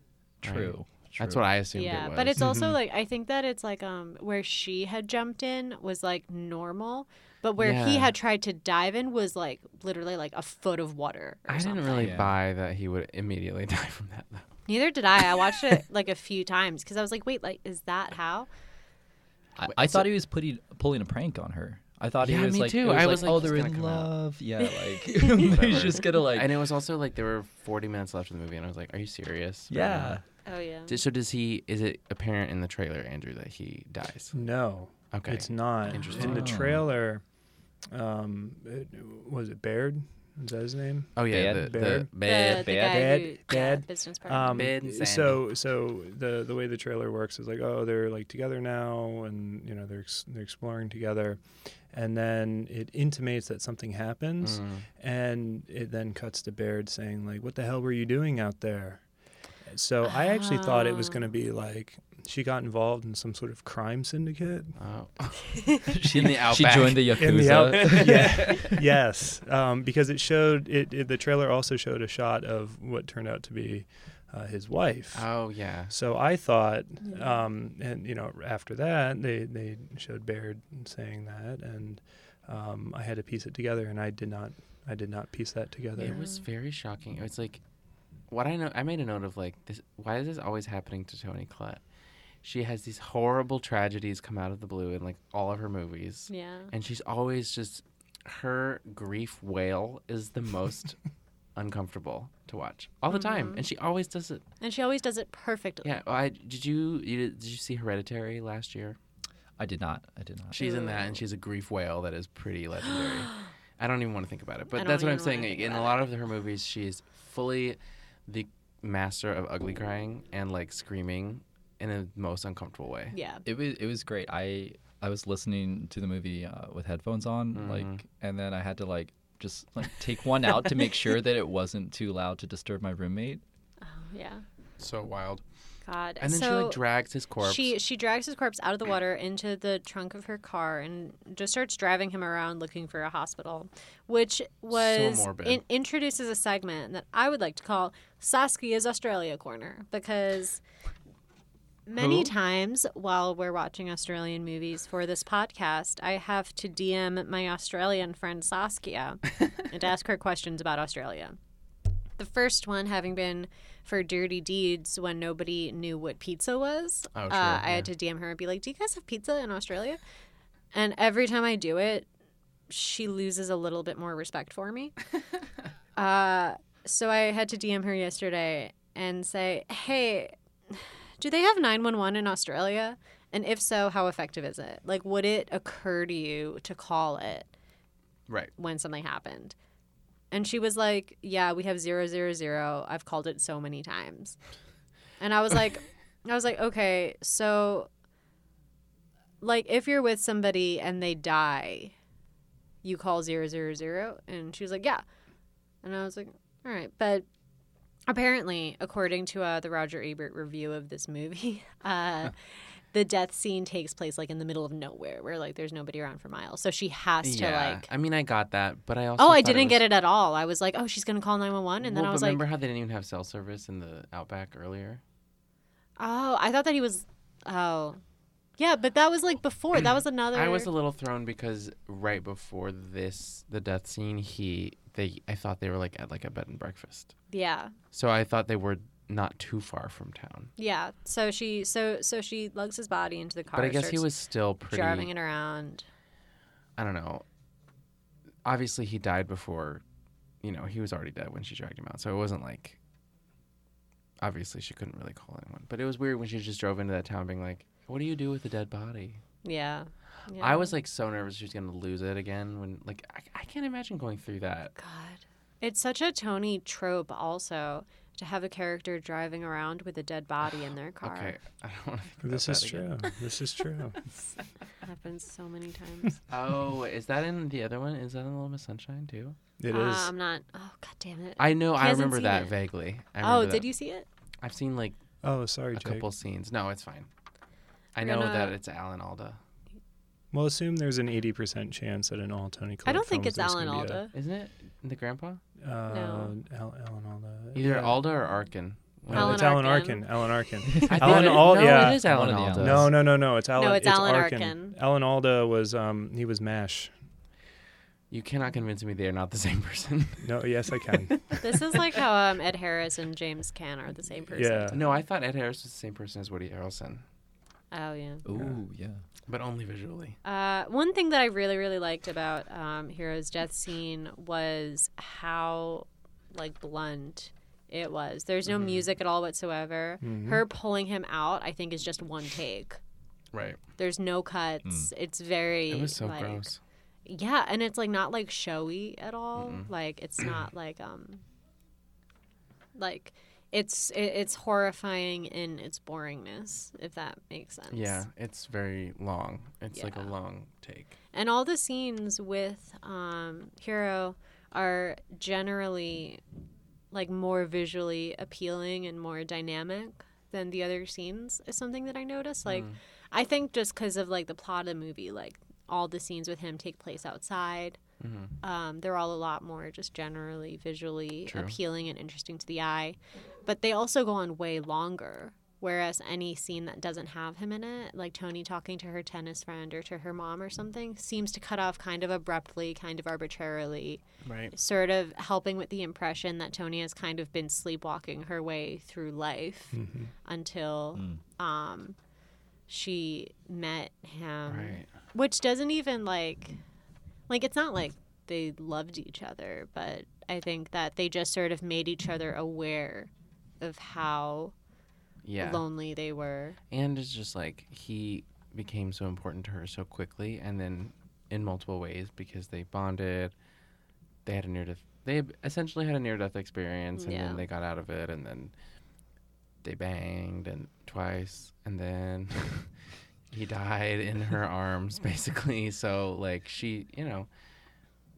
[SPEAKER 2] right?
[SPEAKER 5] True.
[SPEAKER 2] That's
[SPEAKER 5] True.
[SPEAKER 2] what I assumed
[SPEAKER 1] yeah,
[SPEAKER 2] it was. Mm-hmm.
[SPEAKER 1] but it's also like I think that it's like um where she had jumped in was like normal, but where he
[SPEAKER 2] Yeah.
[SPEAKER 1] had tried to dive in was like literally like a foot of water. Or
[SPEAKER 2] I
[SPEAKER 1] something.
[SPEAKER 2] didn't really
[SPEAKER 5] Yeah.
[SPEAKER 2] buy that he would immediately die from that though.
[SPEAKER 1] Neither did I. I watched it like a few times because I was like, wait, like is that how?
[SPEAKER 5] I, I thought he was putting pulling a prank on her. I thought
[SPEAKER 2] Yeah,
[SPEAKER 5] he was
[SPEAKER 2] me
[SPEAKER 5] like,
[SPEAKER 2] too.
[SPEAKER 5] it was
[SPEAKER 2] I was
[SPEAKER 5] like,
[SPEAKER 2] like,
[SPEAKER 5] oh,
[SPEAKER 2] he's
[SPEAKER 5] they're
[SPEAKER 2] gonna
[SPEAKER 5] in
[SPEAKER 2] come out.
[SPEAKER 5] love. Yeah, like he's just gonna like,
[SPEAKER 2] and it was also like there were 40 minutes left in the movie, and I was like, "Are you serious?" right
[SPEAKER 5] yeah.
[SPEAKER 1] Oh yeah.
[SPEAKER 2] now?" D- So does he? Is it apparent in the trailer, Andrew, that he dies?
[SPEAKER 3] No,
[SPEAKER 2] Okay.
[SPEAKER 3] it's not.
[SPEAKER 2] Interesting.
[SPEAKER 3] In the
[SPEAKER 5] Oh.
[SPEAKER 3] trailer, um, it, was it Baird? Is that his name?
[SPEAKER 2] oh yeah,
[SPEAKER 5] Bad.
[SPEAKER 2] the the
[SPEAKER 1] the, the
[SPEAKER 5] bad-
[SPEAKER 1] guy
[SPEAKER 3] bad-
[SPEAKER 1] who, yeah,
[SPEAKER 3] bad,
[SPEAKER 1] business partner.
[SPEAKER 3] Um,
[SPEAKER 2] Bed and Sandy.
[SPEAKER 3] so so the the way the trailer works is like oh they're like together now and you know they're ex- they're exploring together, and then it intimates that something happens,
[SPEAKER 2] Mm.
[SPEAKER 3] and it then cuts to Baird saying like what the hell were you doing out there? So I actually thought it was going to be
[SPEAKER 2] Ah.
[SPEAKER 3] like she got involved in some sort of crime syndicate.
[SPEAKER 2] Oh.
[SPEAKER 5] she,
[SPEAKER 2] In the
[SPEAKER 5] she
[SPEAKER 2] outback.
[SPEAKER 5] joined the yakuza.
[SPEAKER 3] In the out- yeah, yes, um, because it showed it, it. The trailer also showed a shot of what turned out to be uh, his wife.
[SPEAKER 2] Oh yeah.
[SPEAKER 3] So I thought, um, and you know, after that, they they showed Baird saying that, and um, I had to piece it together, and I did not, I did not piece that together.
[SPEAKER 2] It was very shocking. It was like, what I know, I made a note of like this. Why is this always happening to Tony Collette? She has these horrible tragedies come out of the blue in like all of her movies,
[SPEAKER 1] yeah.
[SPEAKER 2] and she's always just her grief wail is the most uncomfortable to watch all the time, and she always does it.
[SPEAKER 1] And she always does it perfectly.
[SPEAKER 2] Yeah, I did you, you did you see Hereditary last year?
[SPEAKER 5] I did not. I did not.
[SPEAKER 2] She's in that, and she's a grief whale that is pretty legendary. I don't even want to think about it,
[SPEAKER 1] I
[SPEAKER 2] but
[SPEAKER 1] don't
[SPEAKER 2] that's what I'm
[SPEAKER 1] even wanna
[SPEAKER 2] saying.
[SPEAKER 1] think
[SPEAKER 2] Like, in a
[SPEAKER 1] about
[SPEAKER 2] lot of her movies, she's fully the master of ugly crying and like screaming in a most uncomfortable way.
[SPEAKER 1] Yeah.
[SPEAKER 5] It was it was Mm-hmm. great. I I was listening to the movie uh, with headphones on, like, and then I had to like just like take one out to make sure that it wasn't too loud to disturb my roommate.
[SPEAKER 1] Yeah.
[SPEAKER 2] So wild.
[SPEAKER 1] God.
[SPEAKER 2] And then
[SPEAKER 1] so
[SPEAKER 2] she like drags his corpse.
[SPEAKER 1] She she drags his corpse out of the water into the trunk of her car and just starts driving him around looking for a hospital, which was
[SPEAKER 2] morbid.
[SPEAKER 1] in- introduces a segment that I would like to call Saskia's Australia Corner because many
[SPEAKER 2] Who?
[SPEAKER 1] times while we're watching Australian movies for this podcast, I have to DM my Australian friend Saskia and to ask her questions about Australia. The first one having been for Dirty Deeds when nobody knew what pizza was.
[SPEAKER 2] Oh,
[SPEAKER 1] uh,
[SPEAKER 2] sure,
[SPEAKER 1] I had to DM her and be like, Do you guys have pizza in Australia? And every time I do it, she loses a little bit more respect for me. uh, so I had to DM her yesterday and say, Hey, do they have 911 in Australia? And if so, how effective is it? Like, would it occur to you to call it?
[SPEAKER 2] right.
[SPEAKER 1] when something happened. And she was like, Yeah, we have zero zero zero. I've called it so many times. And I was like I was like, Okay, so like if you're with somebody and they die, you call zero zero zero and she was like, Yeah. And I was like, All right, but apparently, according to uh, the Roger Ebert review of this movie, uh The death scene takes place like in the middle of nowhere, where like there's nobody around for miles. So she has to
[SPEAKER 2] yeah.
[SPEAKER 1] like
[SPEAKER 2] I mean, I got that, but I also.
[SPEAKER 1] Oh,
[SPEAKER 2] thought
[SPEAKER 1] I didn't
[SPEAKER 2] was,
[SPEAKER 1] get it at all. I was like, oh, she's gonna call nine one one, and then
[SPEAKER 2] well,
[SPEAKER 1] I was
[SPEAKER 2] but
[SPEAKER 1] like,
[SPEAKER 2] remember how they didn't even have cell service in the outback earlier?
[SPEAKER 1] oh, I thought that he was, oh, yeah, but that was like before. That was another.
[SPEAKER 2] I was a little thrown because right before this, the death scene, he they I thought they were like at like a bed and breakfast,
[SPEAKER 1] yeah,
[SPEAKER 2] so I thought they were not too far from town.
[SPEAKER 1] yeah. So she, so so she lugs his body into the car.
[SPEAKER 2] but I guess he
[SPEAKER 1] starts
[SPEAKER 2] was still pretty.
[SPEAKER 1] driving it around.
[SPEAKER 2] I don't know. Obviously, he died before. You know, he was already dead when she dragged him out, so it wasn't like. Obviously, she couldn't really call anyone, but it was weird when she just drove into that town, being like, "What do you do with a dead body?"
[SPEAKER 1] Yeah. yeah.
[SPEAKER 2] I was like so nervous she was gonna lose it again. When like I, I can't imagine going through that.
[SPEAKER 1] God, it's such a Tony trope also to have a character driving around with a dead body in their car.
[SPEAKER 2] Okay, I don't want to think about
[SPEAKER 3] This
[SPEAKER 2] is
[SPEAKER 3] is true. This is true.
[SPEAKER 1] Happens so many times.
[SPEAKER 2] Oh, is that in the other one? Is that in Little Miss Sunshine too?
[SPEAKER 3] It
[SPEAKER 1] Ah,
[SPEAKER 3] is.
[SPEAKER 1] I'm not. Oh God damn it.
[SPEAKER 2] I know. I
[SPEAKER 1] hasn't
[SPEAKER 2] remember
[SPEAKER 1] seen
[SPEAKER 2] that
[SPEAKER 1] it.
[SPEAKER 2] vaguely. I
[SPEAKER 1] oh,
[SPEAKER 2] remember
[SPEAKER 1] did
[SPEAKER 2] that.
[SPEAKER 1] you see it?
[SPEAKER 2] I've seen like
[SPEAKER 3] Oh, sorry,
[SPEAKER 2] a
[SPEAKER 3] Jake.
[SPEAKER 2] couple scenes. No, it's fine. I
[SPEAKER 1] We're
[SPEAKER 2] know
[SPEAKER 1] gonna-
[SPEAKER 2] that it's Alan Alda,
[SPEAKER 3] Well, assume there's an 80% chance that in all Tony Collette
[SPEAKER 1] I don't think it's
[SPEAKER 3] films there's
[SPEAKER 1] Alan
[SPEAKER 3] gonna be
[SPEAKER 1] Alda.
[SPEAKER 2] isn't it? The grandpa?
[SPEAKER 3] A, uh,
[SPEAKER 1] No.
[SPEAKER 3] Al- Alan Alda.
[SPEAKER 2] Either
[SPEAKER 3] yeah.
[SPEAKER 2] Alda or Arkin.
[SPEAKER 3] No,
[SPEAKER 2] One of
[SPEAKER 1] Alan
[SPEAKER 3] it's Alan
[SPEAKER 1] Arkin.
[SPEAKER 3] Arkin. Alan Arkin.
[SPEAKER 2] the- I thought
[SPEAKER 3] Alan
[SPEAKER 2] it-
[SPEAKER 3] Al-
[SPEAKER 2] no,
[SPEAKER 3] yeah.
[SPEAKER 2] it is Alan
[SPEAKER 5] One of the
[SPEAKER 2] Alda.
[SPEAKER 3] no, no, no, no. It's Alan.
[SPEAKER 1] it's Alan Arkin.
[SPEAKER 3] Alan Alda was. Um, he was Mash.
[SPEAKER 2] you cannot convince me they are not the same person.
[SPEAKER 3] No, yes, I can.
[SPEAKER 1] This is like how um, Ed Harris and James Caan are the same person.
[SPEAKER 3] yeah.
[SPEAKER 2] no, I thought Ed Harris was the same person as Woody Harrelson,
[SPEAKER 1] Oh yeah.
[SPEAKER 5] Ooh, yeah.
[SPEAKER 2] but only visually.
[SPEAKER 1] Uh, one thing that I really really liked about um, Hero's death scene was how like blunt it was. There's
[SPEAKER 2] Mm-hmm.
[SPEAKER 1] no music at all whatsoever. Her pulling him out, I think, is just one take.
[SPEAKER 2] Right.
[SPEAKER 1] There's no cuts. It's very.
[SPEAKER 2] Mm. It was so
[SPEAKER 1] like-
[SPEAKER 2] gross.
[SPEAKER 1] Yeah, and it's like not like showy at all. Like it's not like um like it's it, it's horrifying in its boringness, if that makes sense.
[SPEAKER 2] Yeah, it's very long. It's like a
[SPEAKER 1] Yeah.
[SPEAKER 2] long take.
[SPEAKER 1] And all the scenes with um Hero are generally like more visually appealing and more dynamic than the other scenes is something that I noticed. Like I think just because of like the plot of the movie, like all the scenes with him take place outside. Um, they're all a lot more just generally visually
[SPEAKER 2] True.
[SPEAKER 1] appealing and interesting to the eye, but they also go on way longer. Whereas any scene that doesn't have him in it, like Tony talking to her tennis friend or to her mom or something, seems to cut off kind of abruptly, kind of arbitrarily
[SPEAKER 2] Right.
[SPEAKER 1] sort of helping with the impression that Tony has kind of been sleepwalking her way through life until
[SPEAKER 2] Mm.
[SPEAKER 1] um, she met him,
[SPEAKER 2] Right.
[SPEAKER 1] which doesn't even like like it's not like they loved each other, but I think that they just sort of made each other aware of how
[SPEAKER 2] Yeah.
[SPEAKER 1] lonely they were.
[SPEAKER 2] And it's just like he became so important to her so quickly and then in multiple ways because they bonded. They had a near death they essentially had a near death experience and
[SPEAKER 1] Yeah.
[SPEAKER 2] then they got out of it and then they banged and twice and then he died in her arms basically. So like she, you know,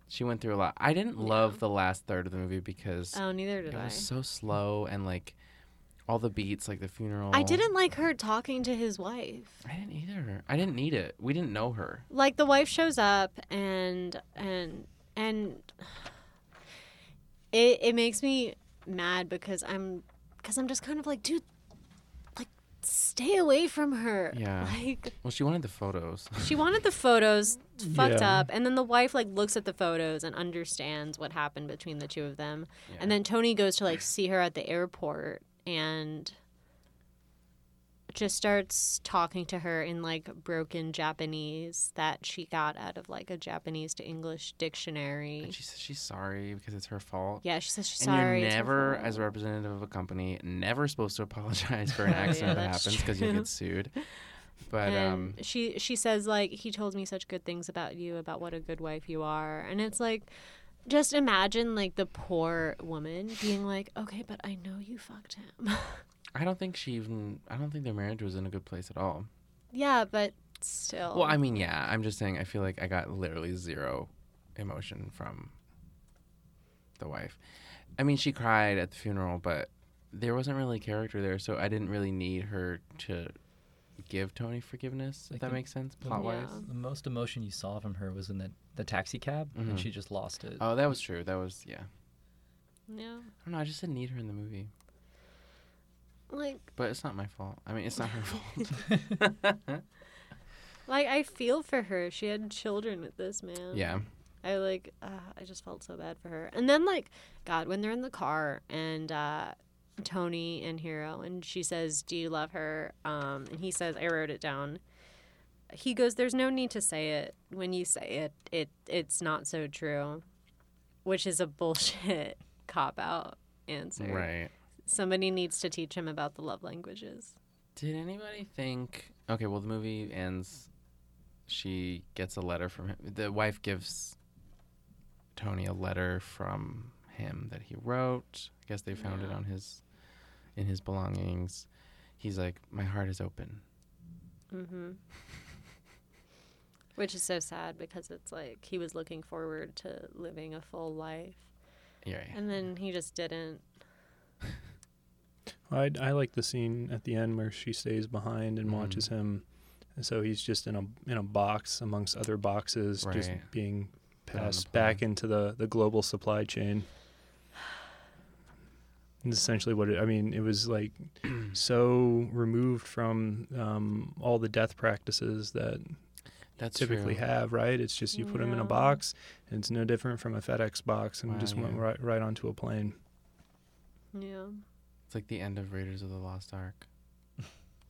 [SPEAKER 2] She went through a lot. I didn't love the last third of the movie because
[SPEAKER 1] Oh, neither did
[SPEAKER 2] it
[SPEAKER 1] I.
[SPEAKER 2] was so slow and like all the beats, like the funeral.
[SPEAKER 1] I didn't like her talking to his wife.
[SPEAKER 2] I didn't either. I didn't need it. We didn't know her.
[SPEAKER 1] Like the wife shows up and and and it it makes me mad because I'm because I'm just kind of like, dude, like stay away from her.
[SPEAKER 2] Yeah.
[SPEAKER 1] Like
[SPEAKER 2] Well, she wanted the photos.
[SPEAKER 1] she wanted the photos fucked
[SPEAKER 3] Yeah.
[SPEAKER 1] up and then the wife like looks at the photos and understands what happened between the two of them and then tony goes to like see her at the airport and just starts talking to her in like broken japanese that she got out of like a japanese to english dictionary
[SPEAKER 2] And she says she's sorry because it's her fault.
[SPEAKER 1] yeah she says she's
[SPEAKER 2] and
[SPEAKER 1] sorry
[SPEAKER 2] you're
[SPEAKER 1] it's her
[SPEAKER 2] never,
[SPEAKER 1] fault.
[SPEAKER 2] as a representative of a company, never supposed to apologize for an
[SPEAKER 1] Oh, yeah,
[SPEAKER 2] accident that
[SPEAKER 1] that's
[SPEAKER 2] happens because you'll
[SPEAKER 1] true.
[SPEAKER 2] get sued. But
[SPEAKER 1] and
[SPEAKER 2] um,
[SPEAKER 1] she she says like he told me such good things about you about what a good wife you are and it's like just imagine like the poor woman being like okay but i know you fucked him
[SPEAKER 2] I don't think she even. I don't think their marriage was in a good place at all.
[SPEAKER 1] yeah but still
[SPEAKER 2] Well, I mean, yeah. I'm just saying. I feel like I got literally zero emotion from the wife. I mean, she cried at the funeral, but there wasn't really character there, so I didn't really need her to give Tony forgiveness. If
[SPEAKER 5] Like
[SPEAKER 2] that
[SPEAKER 5] the-
[SPEAKER 2] makes sense,
[SPEAKER 5] the-
[SPEAKER 2] plot wise.
[SPEAKER 3] Um,
[SPEAKER 1] Yeah.
[SPEAKER 5] The most emotion you saw from her was in the, the taxi cab,
[SPEAKER 2] Mhm.
[SPEAKER 5] and she just lost it.
[SPEAKER 2] Oh, that was true. That was yeah.
[SPEAKER 1] yeah
[SPEAKER 2] I don't know. I just didn't need her in the movie,
[SPEAKER 1] like
[SPEAKER 2] but it's not my fault. I mean, it's not her fault.
[SPEAKER 1] like i feel for her she had children with this man
[SPEAKER 2] yeah.
[SPEAKER 1] I like, uh, I just felt so bad for her. And then like, God, when they're in the car and uh, Tony and Hero and she says, "Do you love her?" Um, and he says, "I wrote it down." He goes, "There's no need to say it. When you say it, it it's not so true," which is a bullshit cop out answer.
[SPEAKER 2] Right.
[SPEAKER 1] Somebody needs to teach him about the love languages.
[SPEAKER 2] Did anybody think? Okay, well, the movie ends. She gets a letter from him. The wife gives Tony a letter from him that he wrote. I guess they found it on his, in his belongings. He's like, my heart is open.
[SPEAKER 1] Mm-hmm. Which is so sad because it's like he was looking forward to living a full life.
[SPEAKER 2] Yeah.
[SPEAKER 1] And then he just didn't.
[SPEAKER 3] I, I like the scene at the end where she stays behind and
[SPEAKER 2] Mhm.
[SPEAKER 3] watches him. And so he's just in a in a box amongst other boxes, just
[SPEAKER 2] Right.
[SPEAKER 3] being
[SPEAKER 2] Down the
[SPEAKER 3] passed back into the, the global supply chain. And that's essentially what it, I mean, it was like so removed from um, all the death practices that
[SPEAKER 2] That's
[SPEAKER 3] typically
[SPEAKER 2] true.
[SPEAKER 3] have, right? It's just you put them in a
[SPEAKER 1] Yeah.
[SPEAKER 3] box, and it's no different from a FedEx box, and
[SPEAKER 2] Wow,
[SPEAKER 3] just went
[SPEAKER 2] yeah.
[SPEAKER 3] right right onto a plane.
[SPEAKER 1] Yeah.
[SPEAKER 2] It's like the end of Raiders of the Lost Ark,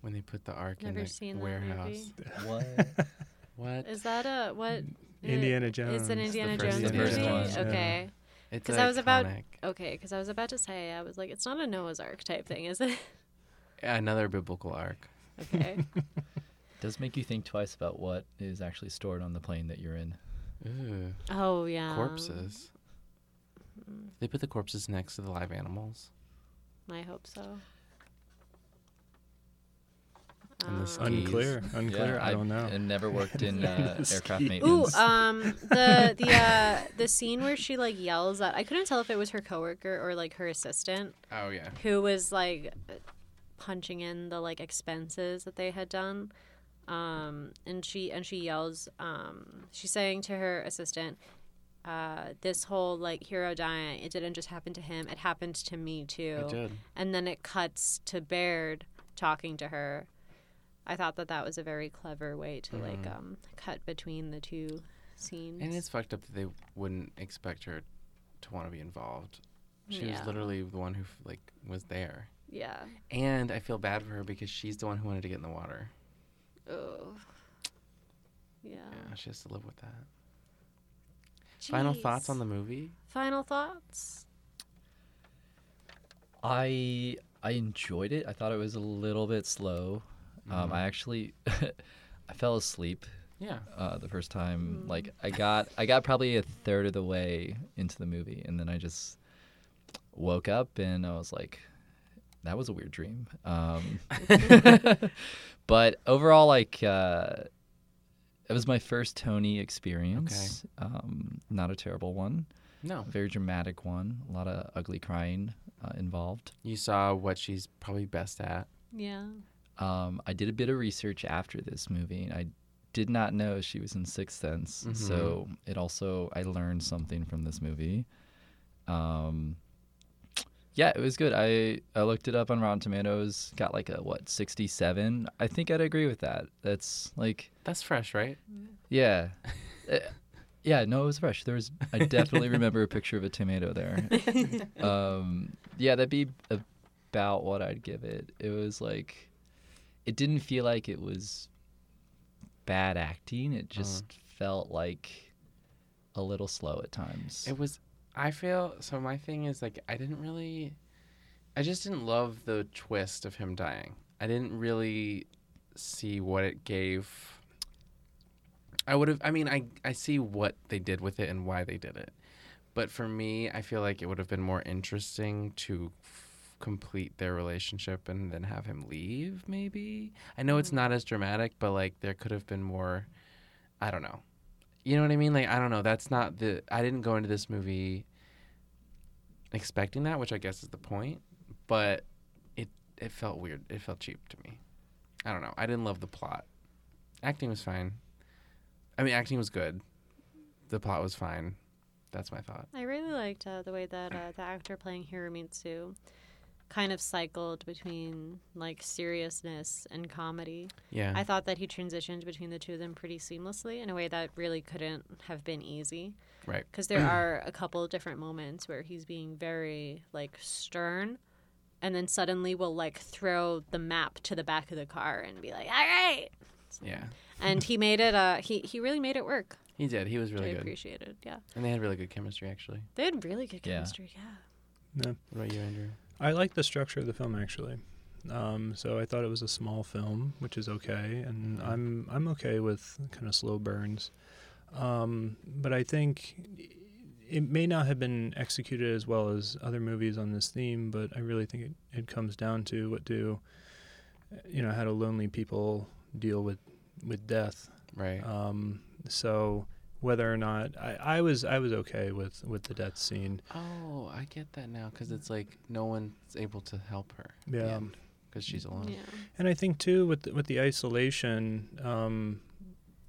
[SPEAKER 2] when they put the Ark in
[SPEAKER 1] Never
[SPEAKER 2] the
[SPEAKER 1] seen that
[SPEAKER 2] warehouse.
[SPEAKER 1] movie.
[SPEAKER 5] What?
[SPEAKER 2] What?
[SPEAKER 1] Is that a what?
[SPEAKER 3] Indiana Jones.
[SPEAKER 1] It's an Indiana
[SPEAKER 2] first
[SPEAKER 1] Jones
[SPEAKER 2] one. The first
[SPEAKER 1] movie.
[SPEAKER 5] one,
[SPEAKER 1] Okay.
[SPEAKER 5] yeah.
[SPEAKER 1] 'Cause Okay.
[SPEAKER 2] It's
[SPEAKER 1] 'Cause I was about-
[SPEAKER 2] iconic.
[SPEAKER 1] Okay, because I was about to say, I was like, it's not a Noah's Ark type thing, is it?
[SPEAKER 2] another biblical arc.
[SPEAKER 1] Okay.
[SPEAKER 5] does make you think twice about what is actually stored on the plane that you're in.
[SPEAKER 2] Ooh.
[SPEAKER 1] oh yeah.
[SPEAKER 2] corpses. They put the corpses next to the live animals.
[SPEAKER 1] I hope so.
[SPEAKER 2] And the skin.
[SPEAKER 3] Unclear. Unclear. I, don't know.
[SPEAKER 5] I've never worked in uh, aircraft
[SPEAKER 1] Ooh,
[SPEAKER 5] maintenance.
[SPEAKER 1] um, the the uh, the scene where she like yells at I couldn't tell if it was her coworker or like her assistant
[SPEAKER 2] Oh yeah.
[SPEAKER 1] who was like punching in the like expenses that they had done. Um, and she and she yells. Um, she's saying to her assistant, uh, "This whole like hero dying, it didn't just happen to him. It happened to me too."
[SPEAKER 2] It did.
[SPEAKER 1] And then it cuts to Baird talking to her. I thought that that was a very clever way to like um, cut between the two scenes.
[SPEAKER 2] Mm-hmm. And it's fucked up that they wouldn't expect her to want to be involved. She
[SPEAKER 1] Yeah.
[SPEAKER 2] was literally the one who f- like was there.
[SPEAKER 1] yeah.
[SPEAKER 2] And I feel bad for her because she's the one who wanted to get in the water.
[SPEAKER 1] Oh. Yeah.
[SPEAKER 2] Yeah, she has to live with that. Final thoughts
[SPEAKER 1] Jeez.
[SPEAKER 2] on the movie?
[SPEAKER 1] Final thoughts.
[SPEAKER 5] I I enjoyed it. I thought it was a little bit slow. Um, I actually I fell asleep
[SPEAKER 2] Yeah.
[SPEAKER 5] uh, the first time. Like I got I got probably a third of the way into the movie, and then I just woke up and I was like, that was a weird dream. Um, but overall, like uh, it was my first Tony experience. Um, not a terrible one.
[SPEAKER 2] No.
[SPEAKER 5] A very dramatic one. A lot of ugly crying uh, involved.
[SPEAKER 2] You saw what she's probably best at.
[SPEAKER 1] Yeah.
[SPEAKER 5] Um, I did a bit of research after this movie. and I did not know she was in Sixth Sense,
[SPEAKER 2] Mhm.
[SPEAKER 5] so it also I learned something from this movie. Um, yeah, it was good. I I looked it up on Rotten Tomatoes, got like a what sixty seven. I think I'd agree with that. That's like
[SPEAKER 2] That's fresh, right?
[SPEAKER 5] yeah. Uh, Yeah, no, it was fresh. There was, I definitely remember a picture of a tomato there. um, yeah, that'd be about what I'd give it. It was like, it didn't feel like it was bad acting. It
[SPEAKER 2] Uh-huh.
[SPEAKER 5] just felt like a little slow at times.
[SPEAKER 2] It was. I feel so. My thing is like I didn't really. I just didn't love the twist of him dying. I didn't really see what it gave. I would have. I mean, I I see what they did with it and why they did it, but for me, I feel like it would have been more interesting to f- complete their relationship and then have him leave. Maybe I know it's not as dramatic, but like there could have been more. I don't know. You know what I mean? Like I don't know. That's not the. I didn't go into this movie expecting that, which I guess is the point. But it it felt weird. It felt cheap to me. I don't know. I didn't love the plot. Acting was fine. I mean, acting was good. The plot was fine. That's my thought.
[SPEAKER 1] I really liked uh, the way that uh, the actor playing Hiromitsu kind of cycled between like seriousness and comedy.
[SPEAKER 2] Yeah.
[SPEAKER 1] I thought that he transitioned between the two of them pretty seamlessly in a way that really couldn't have been easy.
[SPEAKER 2] Right.
[SPEAKER 1] Because there are a couple of different moments where he's being very like stern and then suddenly will like throw the map to the back of the car and be like, all right.
[SPEAKER 2] yeah.
[SPEAKER 1] And he made it, uh, he, he really made it work.
[SPEAKER 2] He did. He was
[SPEAKER 1] Which
[SPEAKER 2] really
[SPEAKER 1] I
[SPEAKER 2] good.
[SPEAKER 1] appreciated. Yeah.
[SPEAKER 2] And they had really good chemistry, actually.
[SPEAKER 1] They had really good
[SPEAKER 5] Yeah.
[SPEAKER 1] chemistry. Yeah.
[SPEAKER 2] What about you, Andrew?
[SPEAKER 3] I like the structure of the film actually. Um, so I thought it was a small film, which is okay, and
[SPEAKER 2] Mhm.
[SPEAKER 3] I'm I'm okay with kind of slow burns. Um, but I think it may not have been executed as well as other movies on this theme, but I really think it, it comes down to what do you know how do lonely people deal with with death.
[SPEAKER 2] Right.
[SPEAKER 3] Um, so whether or not I, I was I was okay with with the death scene.
[SPEAKER 2] oh, I get that now because it's like no one's able to help her.
[SPEAKER 3] Yeah.
[SPEAKER 2] Because she's alone.
[SPEAKER 1] Yeah.
[SPEAKER 3] And I think too with the, with the isolation, um,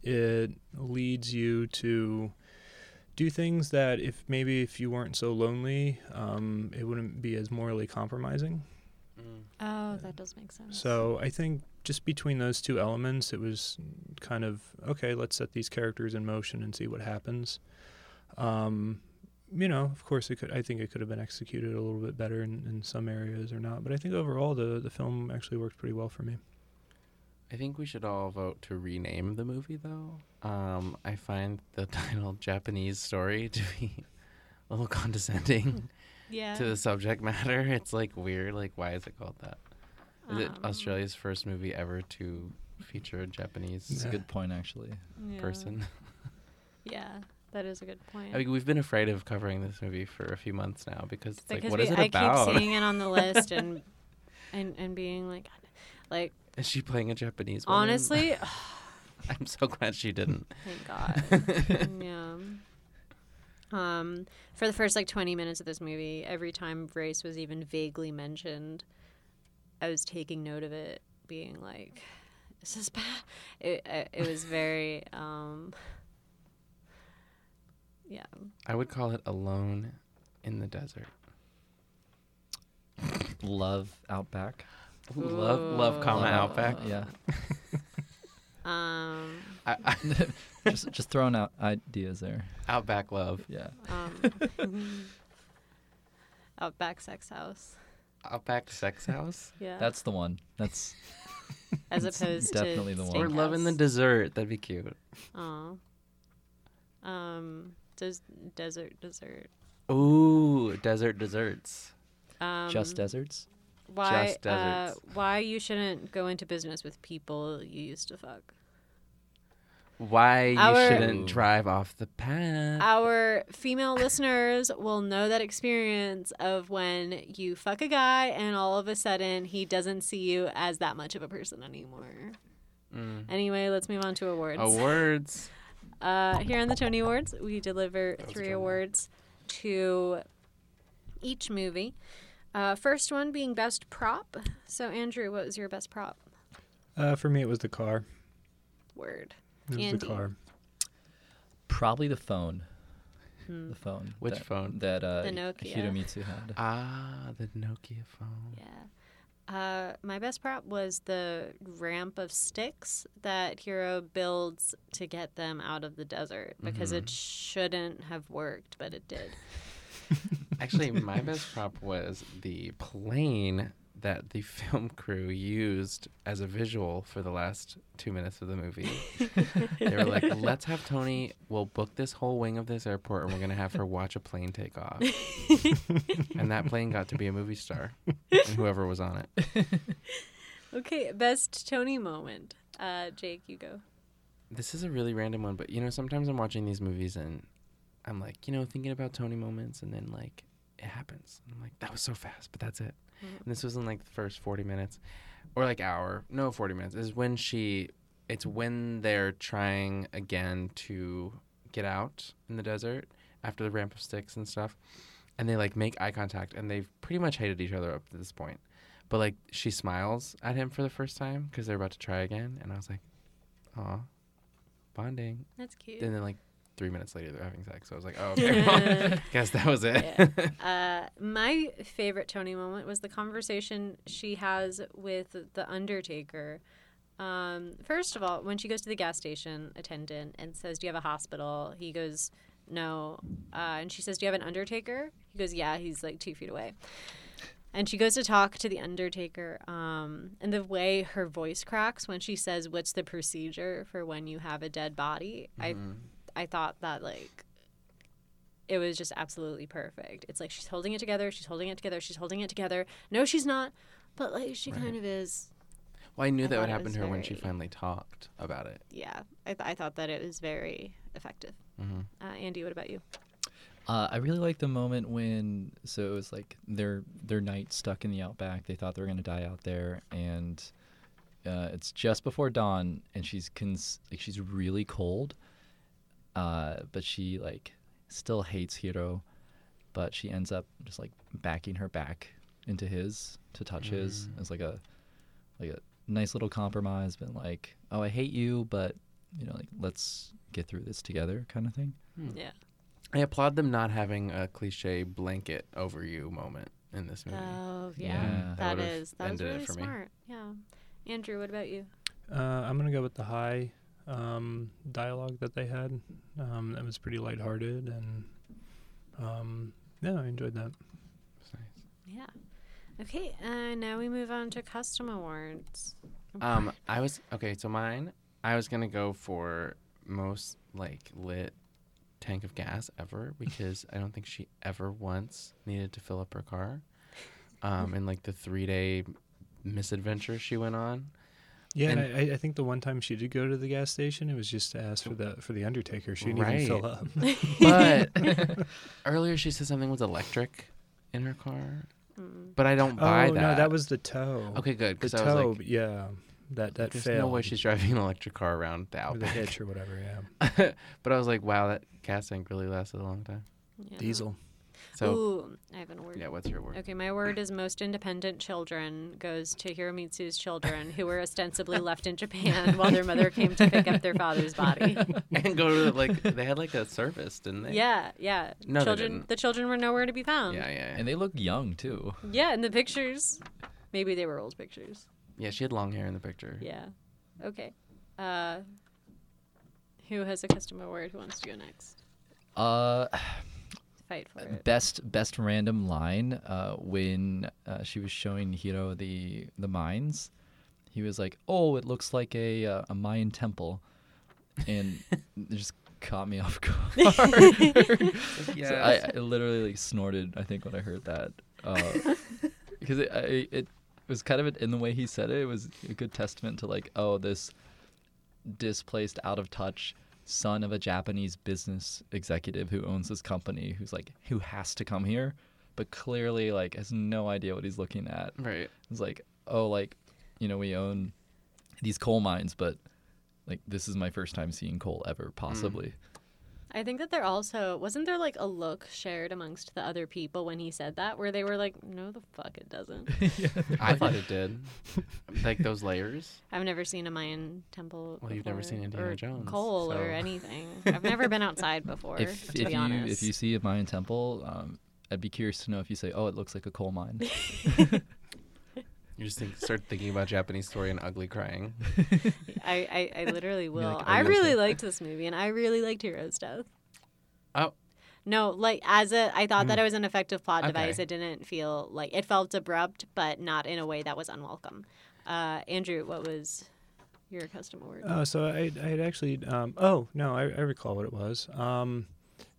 [SPEAKER 3] it leads you to do things that if maybe if you weren't so lonely, um, it wouldn't be as morally compromising.
[SPEAKER 2] Mm.
[SPEAKER 1] Oh, that does make sense.
[SPEAKER 3] So I think just between those two elements, it was kind of okay. Let's set these characters in motion and see what happens. Um, you know, of course, it could. I think it could have been executed a little bit better in, in some areas or not. But I think overall, the the film actually worked pretty well for me.
[SPEAKER 2] I think we should all vote to rename the movie, though. Um, I find the title "Japanese Story" to be a little condescending
[SPEAKER 1] yeah.
[SPEAKER 2] to the subject matter. It's like weird. Like, why is it called that? Is it
[SPEAKER 1] Um,
[SPEAKER 2] Australia's first movie ever to feature a
[SPEAKER 5] It's
[SPEAKER 2] Japanese
[SPEAKER 5] a good point, actually.
[SPEAKER 1] yeah.
[SPEAKER 2] person?
[SPEAKER 1] Yeah, that is a good point.
[SPEAKER 2] I mean, we've been afraid of covering this movie for a few months now because it's like,
[SPEAKER 1] because
[SPEAKER 2] what
[SPEAKER 1] we,
[SPEAKER 2] is it
[SPEAKER 1] I
[SPEAKER 2] about?
[SPEAKER 1] keep seeing it on the list and and and being like, like
[SPEAKER 2] Is she playing a Japanese? woman?
[SPEAKER 1] honestly, oh,
[SPEAKER 2] I'm so glad she didn't.
[SPEAKER 1] thank God. yeah. Um, for the first like 20 minutes of this movie, every time race was even vaguely mentioned, I was taking note of it, being like, "Is this bad?" It it, it was very um. Yeah.
[SPEAKER 2] I would call it "Alone in the Desert."
[SPEAKER 5] Love Outback.
[SPEAKER 2] Ooh, Love, love, comma,
[SPEAKER 5] Love
[SPEAKER 2] outback.
[SPEAKER 5] Yeah.
[SPEAKER 1] Um.
[SPEAKER 2] I, I,
[SPEAKER 5] just, just throwing out ideas there.
[SPEAKER 2] outback love.
[SPEAKER 5] Yeah.
[SPEAKER 1] um, Outback Sex House.
[SPEAKER 2] Outback sex house.
[SPEAKER 1] Yeah.
[SPEAKER 5] That's the one. That's
[SPEAKER 1] as
[SPEAKER 5] that's
[SPEAKER 1] opposed
[SPEAKER 5] definitely
[SPEAKER 1] to
[SPEAKER 5] the one.
[SPEAKER 2] We're
[SPEAKER 5] Or
[SPEAKER 2] loving the dessert. That'd be cute.
[SPEAKER 1] Oh. Um. Des- desert dessert.
[SPEAKER 2] Ooh, desert desserts.
[SPEAKER 1] Um,
[SPEAKER 5] Just Deserts.
[SPEAKER 1] why?
[SPEAKER 2] Just
[SPEAKER 1] uh,
[SPEAKER 2] deserts.
[SPEAKER 1] why you shouldn't go into business with people you used to fuck?
[SPEAKER 2] Why you
[SPEAKER 1] Our-
[SPEAKER 2] shouldn't
[SPEAKER 5] Ooh.
[SPEAKER 2] drive off the path.
[SPEAKER 1] Our female listeners will know that experience of when you fuck a guy and all of a sudden he doesn't see you as that much of a person anymore.
[SPEAKER 2] Mm.
[SPEAKER 1] Anyway, let's move on to awards.
[SPEAKER 2] Awards.
[SPEAKER 1] Uh, here on the Tony Awards, we deliver
[SPEAKER 2] was a
[SPEAKER 1] three
[SPEAKER 2] drum roll.
[SPEAKER 1] awards to each movie. Uh, first one being best prop. So Andrew, what was your best prop
[SPEAKER 3] Uh, for me, it was the car.
[SPEAKER 1] word?
[SPEAKER 3] It was
[SPEAKER 1] Andy.
[SPEAKER 3] the car.
[SPEAKER 5] Probably the phone.
[SPEAKER 1] Hmm.
[SPEAKER 5] The phone.
[SPEAKER 2] Which
[SPEAKER 5] that,
[SPEAKER 2] phone?
[SPEAKER 5] That uh,
[SPEAKER 1] The Nokia.
[SPEAKER 5] Hiromitsu had.
[SPEAKER 2] Ah, the Nokia phone.
[SPEAKER 1] Yeah. Uh, my best prop was the ramp of sticks that Hero builds to get them out of the desert because it
[SPEAKER 3] Mm-hmm.
[SPEAKER 1] shouldn't have worked, but it did.
[SPEAKER 2] Actually, my best prop was the plane that the film crew used as a visual for the last two minutes of the movie. they were like, let's have Tony, we'll book this whole wing of this airport and we're going to have her watch a plane take off. and that plane got to be a movie star and whoever was on it.
[SPEAKER 1] Okay, best Tony moment. Uh, Jake, you go.
[SPEAKER 2] This is a really random one, but you know, sometimes I'm watching these movies and I'm like, you know, thinking about Tony moments and then like it happens. I'm like, that was so fast, but that's it.
[SPEAKER 1] Mhm.
[SPEAKER 2] And this was in like the first 40 minutes or like hour, no, 40 minutes is when she, it's when they're trying again to get out in the desert after the ramp of sticks and stuff. And they like make eye contact and they've pretty much hated each other up to this point. But like she smiles at him for the first time because they're about to try again. And I was like, aw, bonding.
[SPEAKER 1] That's cute.
[SPEAKER 2] And then like three minutes later, they're having sex. So I was like, oh, okay, well, guess that was it.
[SPEAKER 1] Uh, my favorite Tony moment was the conversation she has with the Undertaker. Um, first of all, when she goes to the gas station attendant and says, "Do you have a hospital?" He goes, "No," uh, and she says, "Do you have an Undertaker?" He goes, "Yeah." He's like two feet away. And she goes to talk to the Undertaker, um, and the way her voice cracks when she says, "What's the procedure for when you have a dead body?" I I thought that like it was just absolutely perfect. It's like she's holding it together, she's holding it together, she's holding it together. No, she's not, but like she
[SPEAKER 2] Right.
[SPEAKER 1] kind of is.
[SPEAKER 2] Well, I knew
[SPEAKER 1] I
[SPEAKER 2] that would
[SPEAKER 1] thought it
[SPEAKER 2] happen
[SPEAKER 1] was
[SPEAKER 2] to her when she
[SPEAKER 1] very-
[SPEAKER 2] finally talked about it.
[SPEAKER 1] Yeah, I, th- I thought that it was very effective.
[SPEAKER 2] Mm-hmm.
[SPEAKER 1] Uh, Andy, what about you?
[SPEAKER 5] Uh, I really like the moment when so it was like their their night stuck in the outback. They thought they were gonna die out there, and uh, it's just before dawn, and she's cons- like she's really cold, uh, but she like still hates Hiro, but she ends up just like backing her back into his to touch his. It's like a like a nice little compromise, but like oh I hate you, but you know like let's get through this together kind of thing.
[SPEAKER 2] Hmm.
[SPEAKER 1] Yeah.
[SPEAKER 2] I applaud them not having a cliche blanket over you moment in this movie.
[SPEAKER 1] Oh yeah,
[SPEAKER 5] Yeah.
[SPEAKER 2] That
[SPEAKER 1] that
[SPEAKER 2] would've
[SPEAKER 1] is that was
[SPEAKER 2] ended it
[SPEAKER 1] really
[SPEAKER 2] for me.
[SPEAKER 1] smart. Yeah. Andrew, what about you?
[SPEAKER 3] Uh, I'm gonna go with the high um, dialogue that they had. Um, that was pretty lighthearted, and um, yeah, I enjoyed that.
[SPEAKER 2] It's nice.
[SPEAKER 1] Yeah. Okay, uh, now we move on to custom awards.
[SPEAKER 2] Um, I was okay. So mine, I was gonna go for most like lit tank of gas ever because I don't think she ever once needed to fill up her car. Um, in like the three day misadventure she went on.
[SPEAKER 3] Yeah, and
[SPEAKER 2] And-
[SPEAKER 3] I, I think the one time she did go to the gas station, it was just to ask for the for the Undertaker. She didn't even fill
[SPEAKER 2] Right.
[SPEAKER 3] up.
[SPEAKER 2] But earlier she said something was electric in her car,
[SPEAKER 1] Mm.
[SPEAKER 2] but I don't buy
[SPEAKER 3] oh
[SPEAKER 2] that.
[SPEAKER 3] no, that was the toe.
[SPEAKER 2] okay. Good
[SPEAKER 3] the
[SPEAKER 2] because I was
[SPEAKER 3] toe.
[SPEAKER 2] like,
[SPEAKER 3] yeah, that that
[SPEAKER 2] there's
[SPEAKER 3] failed.
[SPEAKER 2] no way she's driving an electric car around the
[SPEAKER 3] or the
[SPEAKER 2] outback.
[SPEAKER 3] hitch or whatever. Yeah,
[SPEAKER 2] but I was like, wow, that gas tank really lasted a long time.
[SPEAKER 1] Yeah.
[SPEAKER 3] diesel.
[SPEAKER 2] So
[SPEAKER 1] Ooh, I have an award.
[SPEAKER 2] yeah, what's your word?
[SPEAKER 1] Okay, my word is most independent children goes to Hiromitsu's children who were ostensibly left in Japan while their mother came to pick up their father's body.
[SPEAKER 2] and go to the, like they had like a service, didn't they?
[SPEAKER 1] Yeah, yeah.
[SPEAKER 2] No, they
[SPEAKER 1] children
[SPEAKER 2] didn't.
[SPEAKER 1] the children were nowhere to be
[SPEAKER 2] Yeah,
[SPEAKER 1] found.
[SPEAKER 2] yeah, yeah.
[SPEAKER 5] And they look young too.
[SPEAKER 1] Yeah, in the pictures. Maybe they were old pictures.
[SPEAKER 2] Yeah, she had long hair in the picture.
[SPEAKER 1] Yeah. Okay. Uh who has a custom award? Who wants to go next?
[SPEAKER 5] Uh,
[SPEAKER 1] Fight for it.
[SPEAKER 5] best best random line uh, when uh, she was showing Hiro the the mines, he was like, "Oh, it looks like a uh, a Mayan temple," and it just caught me off guard. So I, I literally like, snorted. I think when I heard that, uh, because it, I, it was kind of in the way he said it. It was a good testament to like, oh, this displaced, out of touch son of a Japanese business executive who owns this company, who's like, who has to come here, but clearly like has no idea what he's looking at.
[SPEAKER 2] Right.
[SPEAKER 5] It's like, oh, like, you know, we own these coal mines, but like this is my first time seeing coal ever, possibly.
[SPEAKER 1] I think that there also wasn't there like a look shared amongst the other people when he said that where they were like, No the fuck it doesn't.
[SPEAKER 2] I thought it did. like those layers.
[SPEAKER 1] I've never seen a Mayan temple.
[SPEAKER 2] Well, you've never
[SPEAKER 1] before,
[SPEAKER 2] seen Indiana
[SPEAKER 1] or
[SPEAKER 2] Jones,
[SPEAKER 1] coal
[SPEAKER 2] so-
[SPEAKER 1] or anything. I've never been outside before.
[SPEAKER 5] if
[SPEAKER 1] to
[SPEAKER 5] if
[SPEAKER 1] be
[SPEAKER 5] you
[SPEAKER 1] honest,
[SPEAKER 5] if you see a Mayan temple, um, I'd be curious to know if you say, "Oh, it looks like a coal mine."
[SPEAKER 2] You just think, start thinking about Japanese story and ugly crying.
[SPEAKER 1] I, I I literally will.
[SPEAKER 5] like, "Oh,
[SPEAKER 1] I
[SPEAKER 5] yeah,
[SPEAKER 1] really
[SPEAKER 5] okay."
[SPEAKER 1] liked this movie, and I really liked Hero's Death.
[SPEAKER 2] Oh,
[SPEAKER 1] No, like as a, I thought that it was an effective plot
[SPEAKER 2] Mm. Okay.
[SPEAKER 1] device. It didn't feel like it felt abrupt, but not in a way that was unwelcome. Uh, Andrew, what was your accustomed word?
[SPEAKER 3] Oh, so I I had actually um, oh no I, I recall what it was. Um,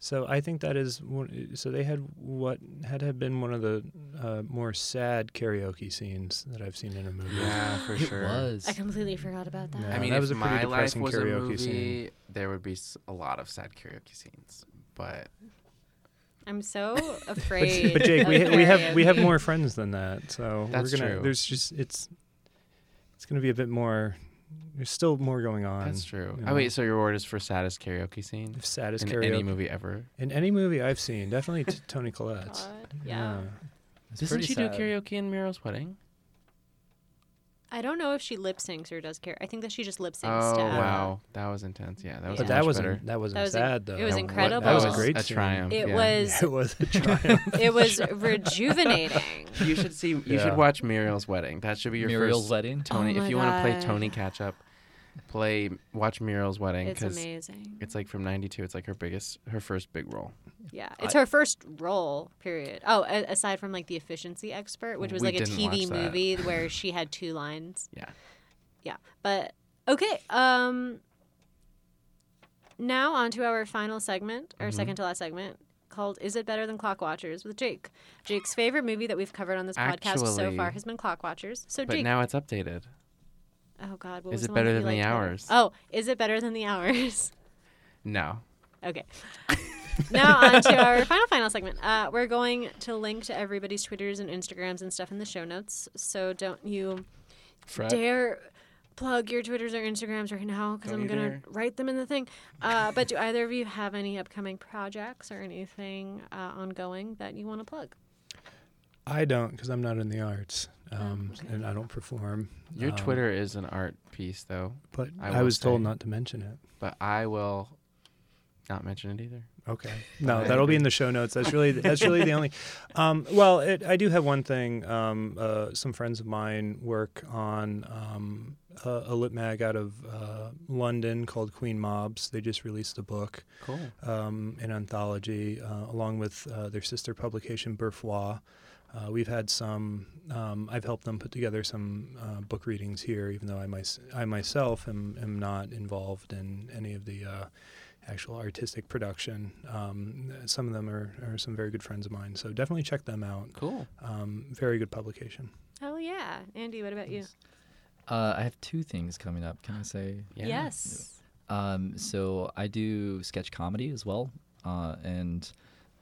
[SPEAKER 3] so I think that is one, so they had what had had been one of the uh, more sad karaoke scenes that I've seen in a movie.
[SPEAKER 2] yeah, for
[SPEAKER 5] it
[SPEAKER 2] sure.
[SPEAKER 1] I
[SPEAKER 5] was.
[SPEAKER 1] completely forgot about that.
[SPEAKER 3] No.
[SPEAKER 2] I
[SPEAKER 3] Yeah,
[SPEAKER 2] mean,
[SPEAKER 3] that
[SPEAKER 2] if
[SPEAKER 3] was a pretty
[SPEAKER 2] my life
[SPEAKER 3] depressing
[SPEAKER 2] was a
[SPEAKER 3] karaoke
[SPEAKER 2] movie,
[SPEAKER 3] scene.
[SPEAKER 2] there would be s- a lot of sad karaoke scenes. But
[SPEAKER 1] I'm so
[SPEAKER 3] But,
[SPEAKER 1] afraid.
[SPEAKER 3] but Jake, we,
[SPEAKER 1] of
[SPEAKER 3] ha- we have we have
[SPEAKER 1] karaoke.
[SPEAKER 3] more friends than that, so
[SPEAKER 2] That's
[SPEAKER 3] we're gonna.
[SPEAKER 2] true.
[SPEAKER 3] There's just it's it's gonna be a bit more. There's still more going on.
[SPEAKER 2] that's true.
[SPEAKER 3] you
[SPEAKER 2] Oh
[SPEAKER 3] know.
[SPEAKER 2] wait, so your award is for saddest karaoke scene
[SPEAKER 3] If saddest
[SPEAKER 2] in
[SPEAKER 3] karaoke
[SPEAKER 2] any movie ever?
[SPEAKER 3] in any movie I've seen, definitely t- Tony
[SPEAKER 1] God,
[SPEAKER 3] Collette's.
[SPEAKER 1] Uh, yeah.
[SPEAKER 5] It's
[SPEAKER 2] Doesn't
[SPEAKER 5] pretty
[SPEAKER 2] she
[SPEAKER 5] sad.
[SPEAKER 2] do karaoke in Muriel's wedding?
[SPEAKER 1] I don't know if she lip syncs or does care. I think that she just lip syncs.
[SPEAKER 2] Oh
[SPEAKER 1] to Adam.
[SPEAKER 2] wow, that was intense. Yeah, that was.
[SPEAKER 1] Yeah.
[SPEAKER 3] But
[SPEAKER 2] much
[SPEAKER 3] that wasn't
[SPEAKER 2] better.
[SPEAKER 3] that wasn't
[SPEAKER 1] That was in-
[SPEAKER 3] sad though.
[SPEAKER 1] it was
[SPEAKER 2] That
[SPEAKER 1] in- incredible.
[SPEAKER 2] That was a
[SPEAKER 3] That was
[SPEAKER 2] great
[SPEAKER 3] a
[SPEAKER 2] a
[SPEAKER 3] scene.
[SPEAKER 2] triumph.
[SPEAKER 1] It
[SPEAKER 2] yeah.
[SPEAKER 1] was
[SPEAKER 3] It was a triumph.
[SPEAKER 1] it was rejuvenating.
[SPEAKER 2] You should see. You
[SPEAKER 3] Yeah.
[SPEAKER 2] should watch Muriel's wedding. That should be your
[SPEAKER 5] Muriel's
[SPEAKER 2] first
[SPEAKER 5] wedding.
[SPEAKER 2] Tony.
[SPEAKER 1] Oh
[SPEAKER 2] if
[SPEAKER 1] my
[SPEAKER 2] you want to play
[SPEAKER 1] God.
[SPEAKER 2] Tony catch up, play watch Muriel's wedding
[SPEAKER 1] It's
[SPEAKER 2] because
[SPEAKER 1] amazing.
[SPEAKER 2] it's like from '92. It's like her biggest, her first big role.
[SPEAKER 1] Yeah, it's her first role. Period. Oh, a- aside from like the efficiency expert, which was
[SPEAKER 2] We
[SPEAKER 1] like a
[SPEAKER 2] didn't
[SPEAKER 1] TV
[SPEAKER 2] watch that.
[SPEAKER 1] movie where she had two lines.
[SPEAKER 2] Yeah.
[SPEAKER 1] Yeah, but okay. Um. Now on to our final segment,
[SPEAKER 2] Mm-hmm.
[SPEAKER 1] our second to last segment, called "Is It Better Than Clock Watchers?" with Jake. Jake's favorite movie that we've covered on this podcast so
[SPEAKER 2] Actually-
[SPEAKER 1] far has been Clock Watchers. So
[SPEAKER 2] But
[SPEAKER 1] Jake,
[SPEAKER 2] now it's updated.
[SPEAKER 1] oh God, what
[SPEAKER 2] Is
[SPEAKER 1] was
[SPEAKER 2] It
[SPEAKER 1] the one
[SPEAKER 2] Better
[SPEAKER 1] that you
[SPEAKER 2] Than the
[SPEAKER 1] liked better?
[SPEAKER 2] Hours?
[SPEAKER 1] Oh, is it better than the hours?
[SPEAKER 2] No.
[SPEAKER 1] Okay. now on to our final final segment. Uh, we're going to link to everybody's Twitters and Instagrams and stuff in the show notes. So don't you
[SPEAKER 2] Fred.
[SPEAKER 1] dare plug your Twitters or Instagrams right now because
[SPEAKER 2] Don't
[SPEAKER 1] I'm
[SPEAKER 2] you
[SPEAKER 1] gonna
[SPEAKER 2] dare.
[SPEAKER 1] write them in the thing. Uh, but do either of you have any upcoming projects or anything uh, ongoing that you want to plug?
[SPEAKER 3] I don't because I'm not in the arts um,
[SPEAKER 1] Oh, okay.
[SPEAKER 3] and I don't perform.
[SPEAKER 2] Your
[SPEAKER 3] Um,
[SPEAKER 2] Twitter is an art piece, though,
[SPEAKER 3] But
[SPEAKER 2] I
[SPEAKER 3] I,
[SPEAKER 2] will
[SPEAKER 3] was told
[SPEAKER 2] say.
[SPEAKER 3] not to mention it.
[SPEAKER 2] but I will not mention it either.
[SPEAKER 3] Okay. No,
[SPEAKER 2] I
[SPEAKER 3] that'll be
[SPEAKER 2] agree.
[SPEAKER 3] in the show notes. That's really that's really the only. Um, well, it, I do have one thing. Um, uh, some friends of mine work on um, a, a lit mag out of uh, London called Queen Mobs. They just released a book.
[SPEAKER 2] Cool.
[SPEAKER 3] um, an anthology uh, along with uh, their sister publication Burfois. Uh, we've had some. Um, I've helped them put together some uh, book readings here, even though I, mys- I myself am, am not involved in any of the uh, actual artistic production. Um, some of them are, are some very good friends of mine, so definitely check them out.
[SPEAKER 2] Cool.
[SPEAKER 3] Um, very good publication.
[SPEAKER 1] Hell yeah, Andy. What about you?
[SPEAKER 5] Uh, I have two things coming up. Can I say?
[SPEAKER 2] Yeah.
[SPEAKER 1] Yes.
[SPEAKER 5] Um, so I do sketch comedy as well, uh, and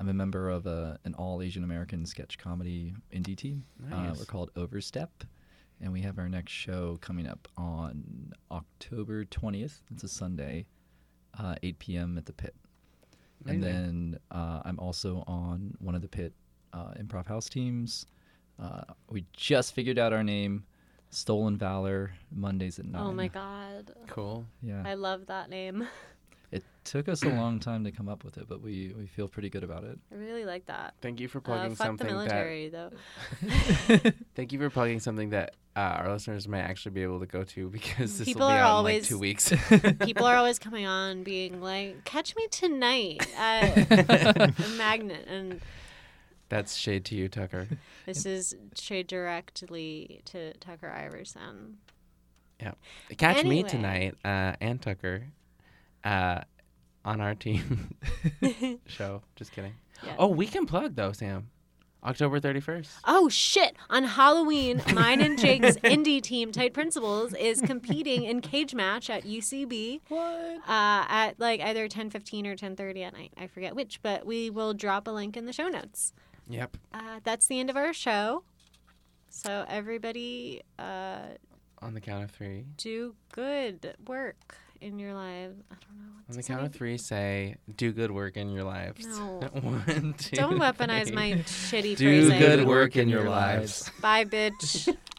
[SPEAKER 5] I'm a member of a, an all Asian American sketch comedy indie team. Uh,
[SPEAKER 2] Nice.
[SPEAKER 5] we're called Overstep, and we have our next show coming up on October 20th. It's a Sunday, uh, 8 p.m. at the Pit.
[SPEAKER 2] Amazing.
[SPEAKER 5] And then uh, I'm also on one of the Pit uh, Improv House teams. Uh, we just figured out our name, Stolen Valor Mondays at nine.
[SPEAKER 1] Oh my God,
[SPEAKER 2] Cool.
[SPEAKER 5] Yeah.
[SPEAKER 1] I love that name.
[SPEAKER 5] It took us a long time to come up with it, but we, we feel pretty good about it.
[SPEAKER 1] I really like that.
[SPEAKER 2] Thank you for
[SPEAKER 1] Uh,
[SPEAKER 2] plugging
[SPEAKER 1] fuck the
[SPEAKER 2] something that.
[SPEAKER 1] military, though.
[SPEAKER 2] Thank you for plugging something that uh, our listeners may actually be able to go to because this
[SPEAKER 1] Mm, People
[SPEAKER 2] will be
[SPEAKER 1] are
[SPEAKER 2] out in
[SPEAKER 1] always-
[SPEAKER 2] like two weeks.
[SPEAKER 1] people are always coming on being like, catch me tonight at Magnet. And
[SPEAKER 2] That's shade to you, Tucker.
[SPEAKER 1] this is shade directly to Tucker Iverson.
[SPEAKER 2] Catch me
[SPEAKER 1] Anyway.
[SPEAKER 2] tonight, uh, and Tucker, uh, on our team show. Just kidding.
[SPEAKER 1] Yeah.
[SPEAKER 2] Oh, we can plug though, Sam. October thirty first.
[SPEAKER 1] Oh shit! On Halloween, mine and Jake's indie team, Tight Principles, is competing in cage match at UCB.
[SPEAKER 5] What?
[SPEAKER 1] uh, at like either ten fifteen or ten thirty at night. I forget which, but we will drop a link in the show notes.
[SPEAKER 2] Yep.
[SPEAKER 1] Uh, that's the end of our show. So everybody, uh,
[SPEAKER 2] On the count of three.
[SPEAKER 1] Do good work in your lives. I don't know.
[SPEAKER 2] On the
[SPEAKER 1] Does
[SPEAKER 2] count of
[SPEAKER 1] any-
[SPEAKER 2] three, say, do good work in your lives.
[SPEAKER 1] No.
[SPEAKER 2] One, two,
[SPEAKER 1] Don't weaponize
[SPEAKER 2] three.
[SPEAKER 1] my shitty
[SPEAKER 2] Do
[SPEAKER 1] phrasing.
[SPEAKER 2] good work in your lives.
[SPEAKER 1] Bye, bitch.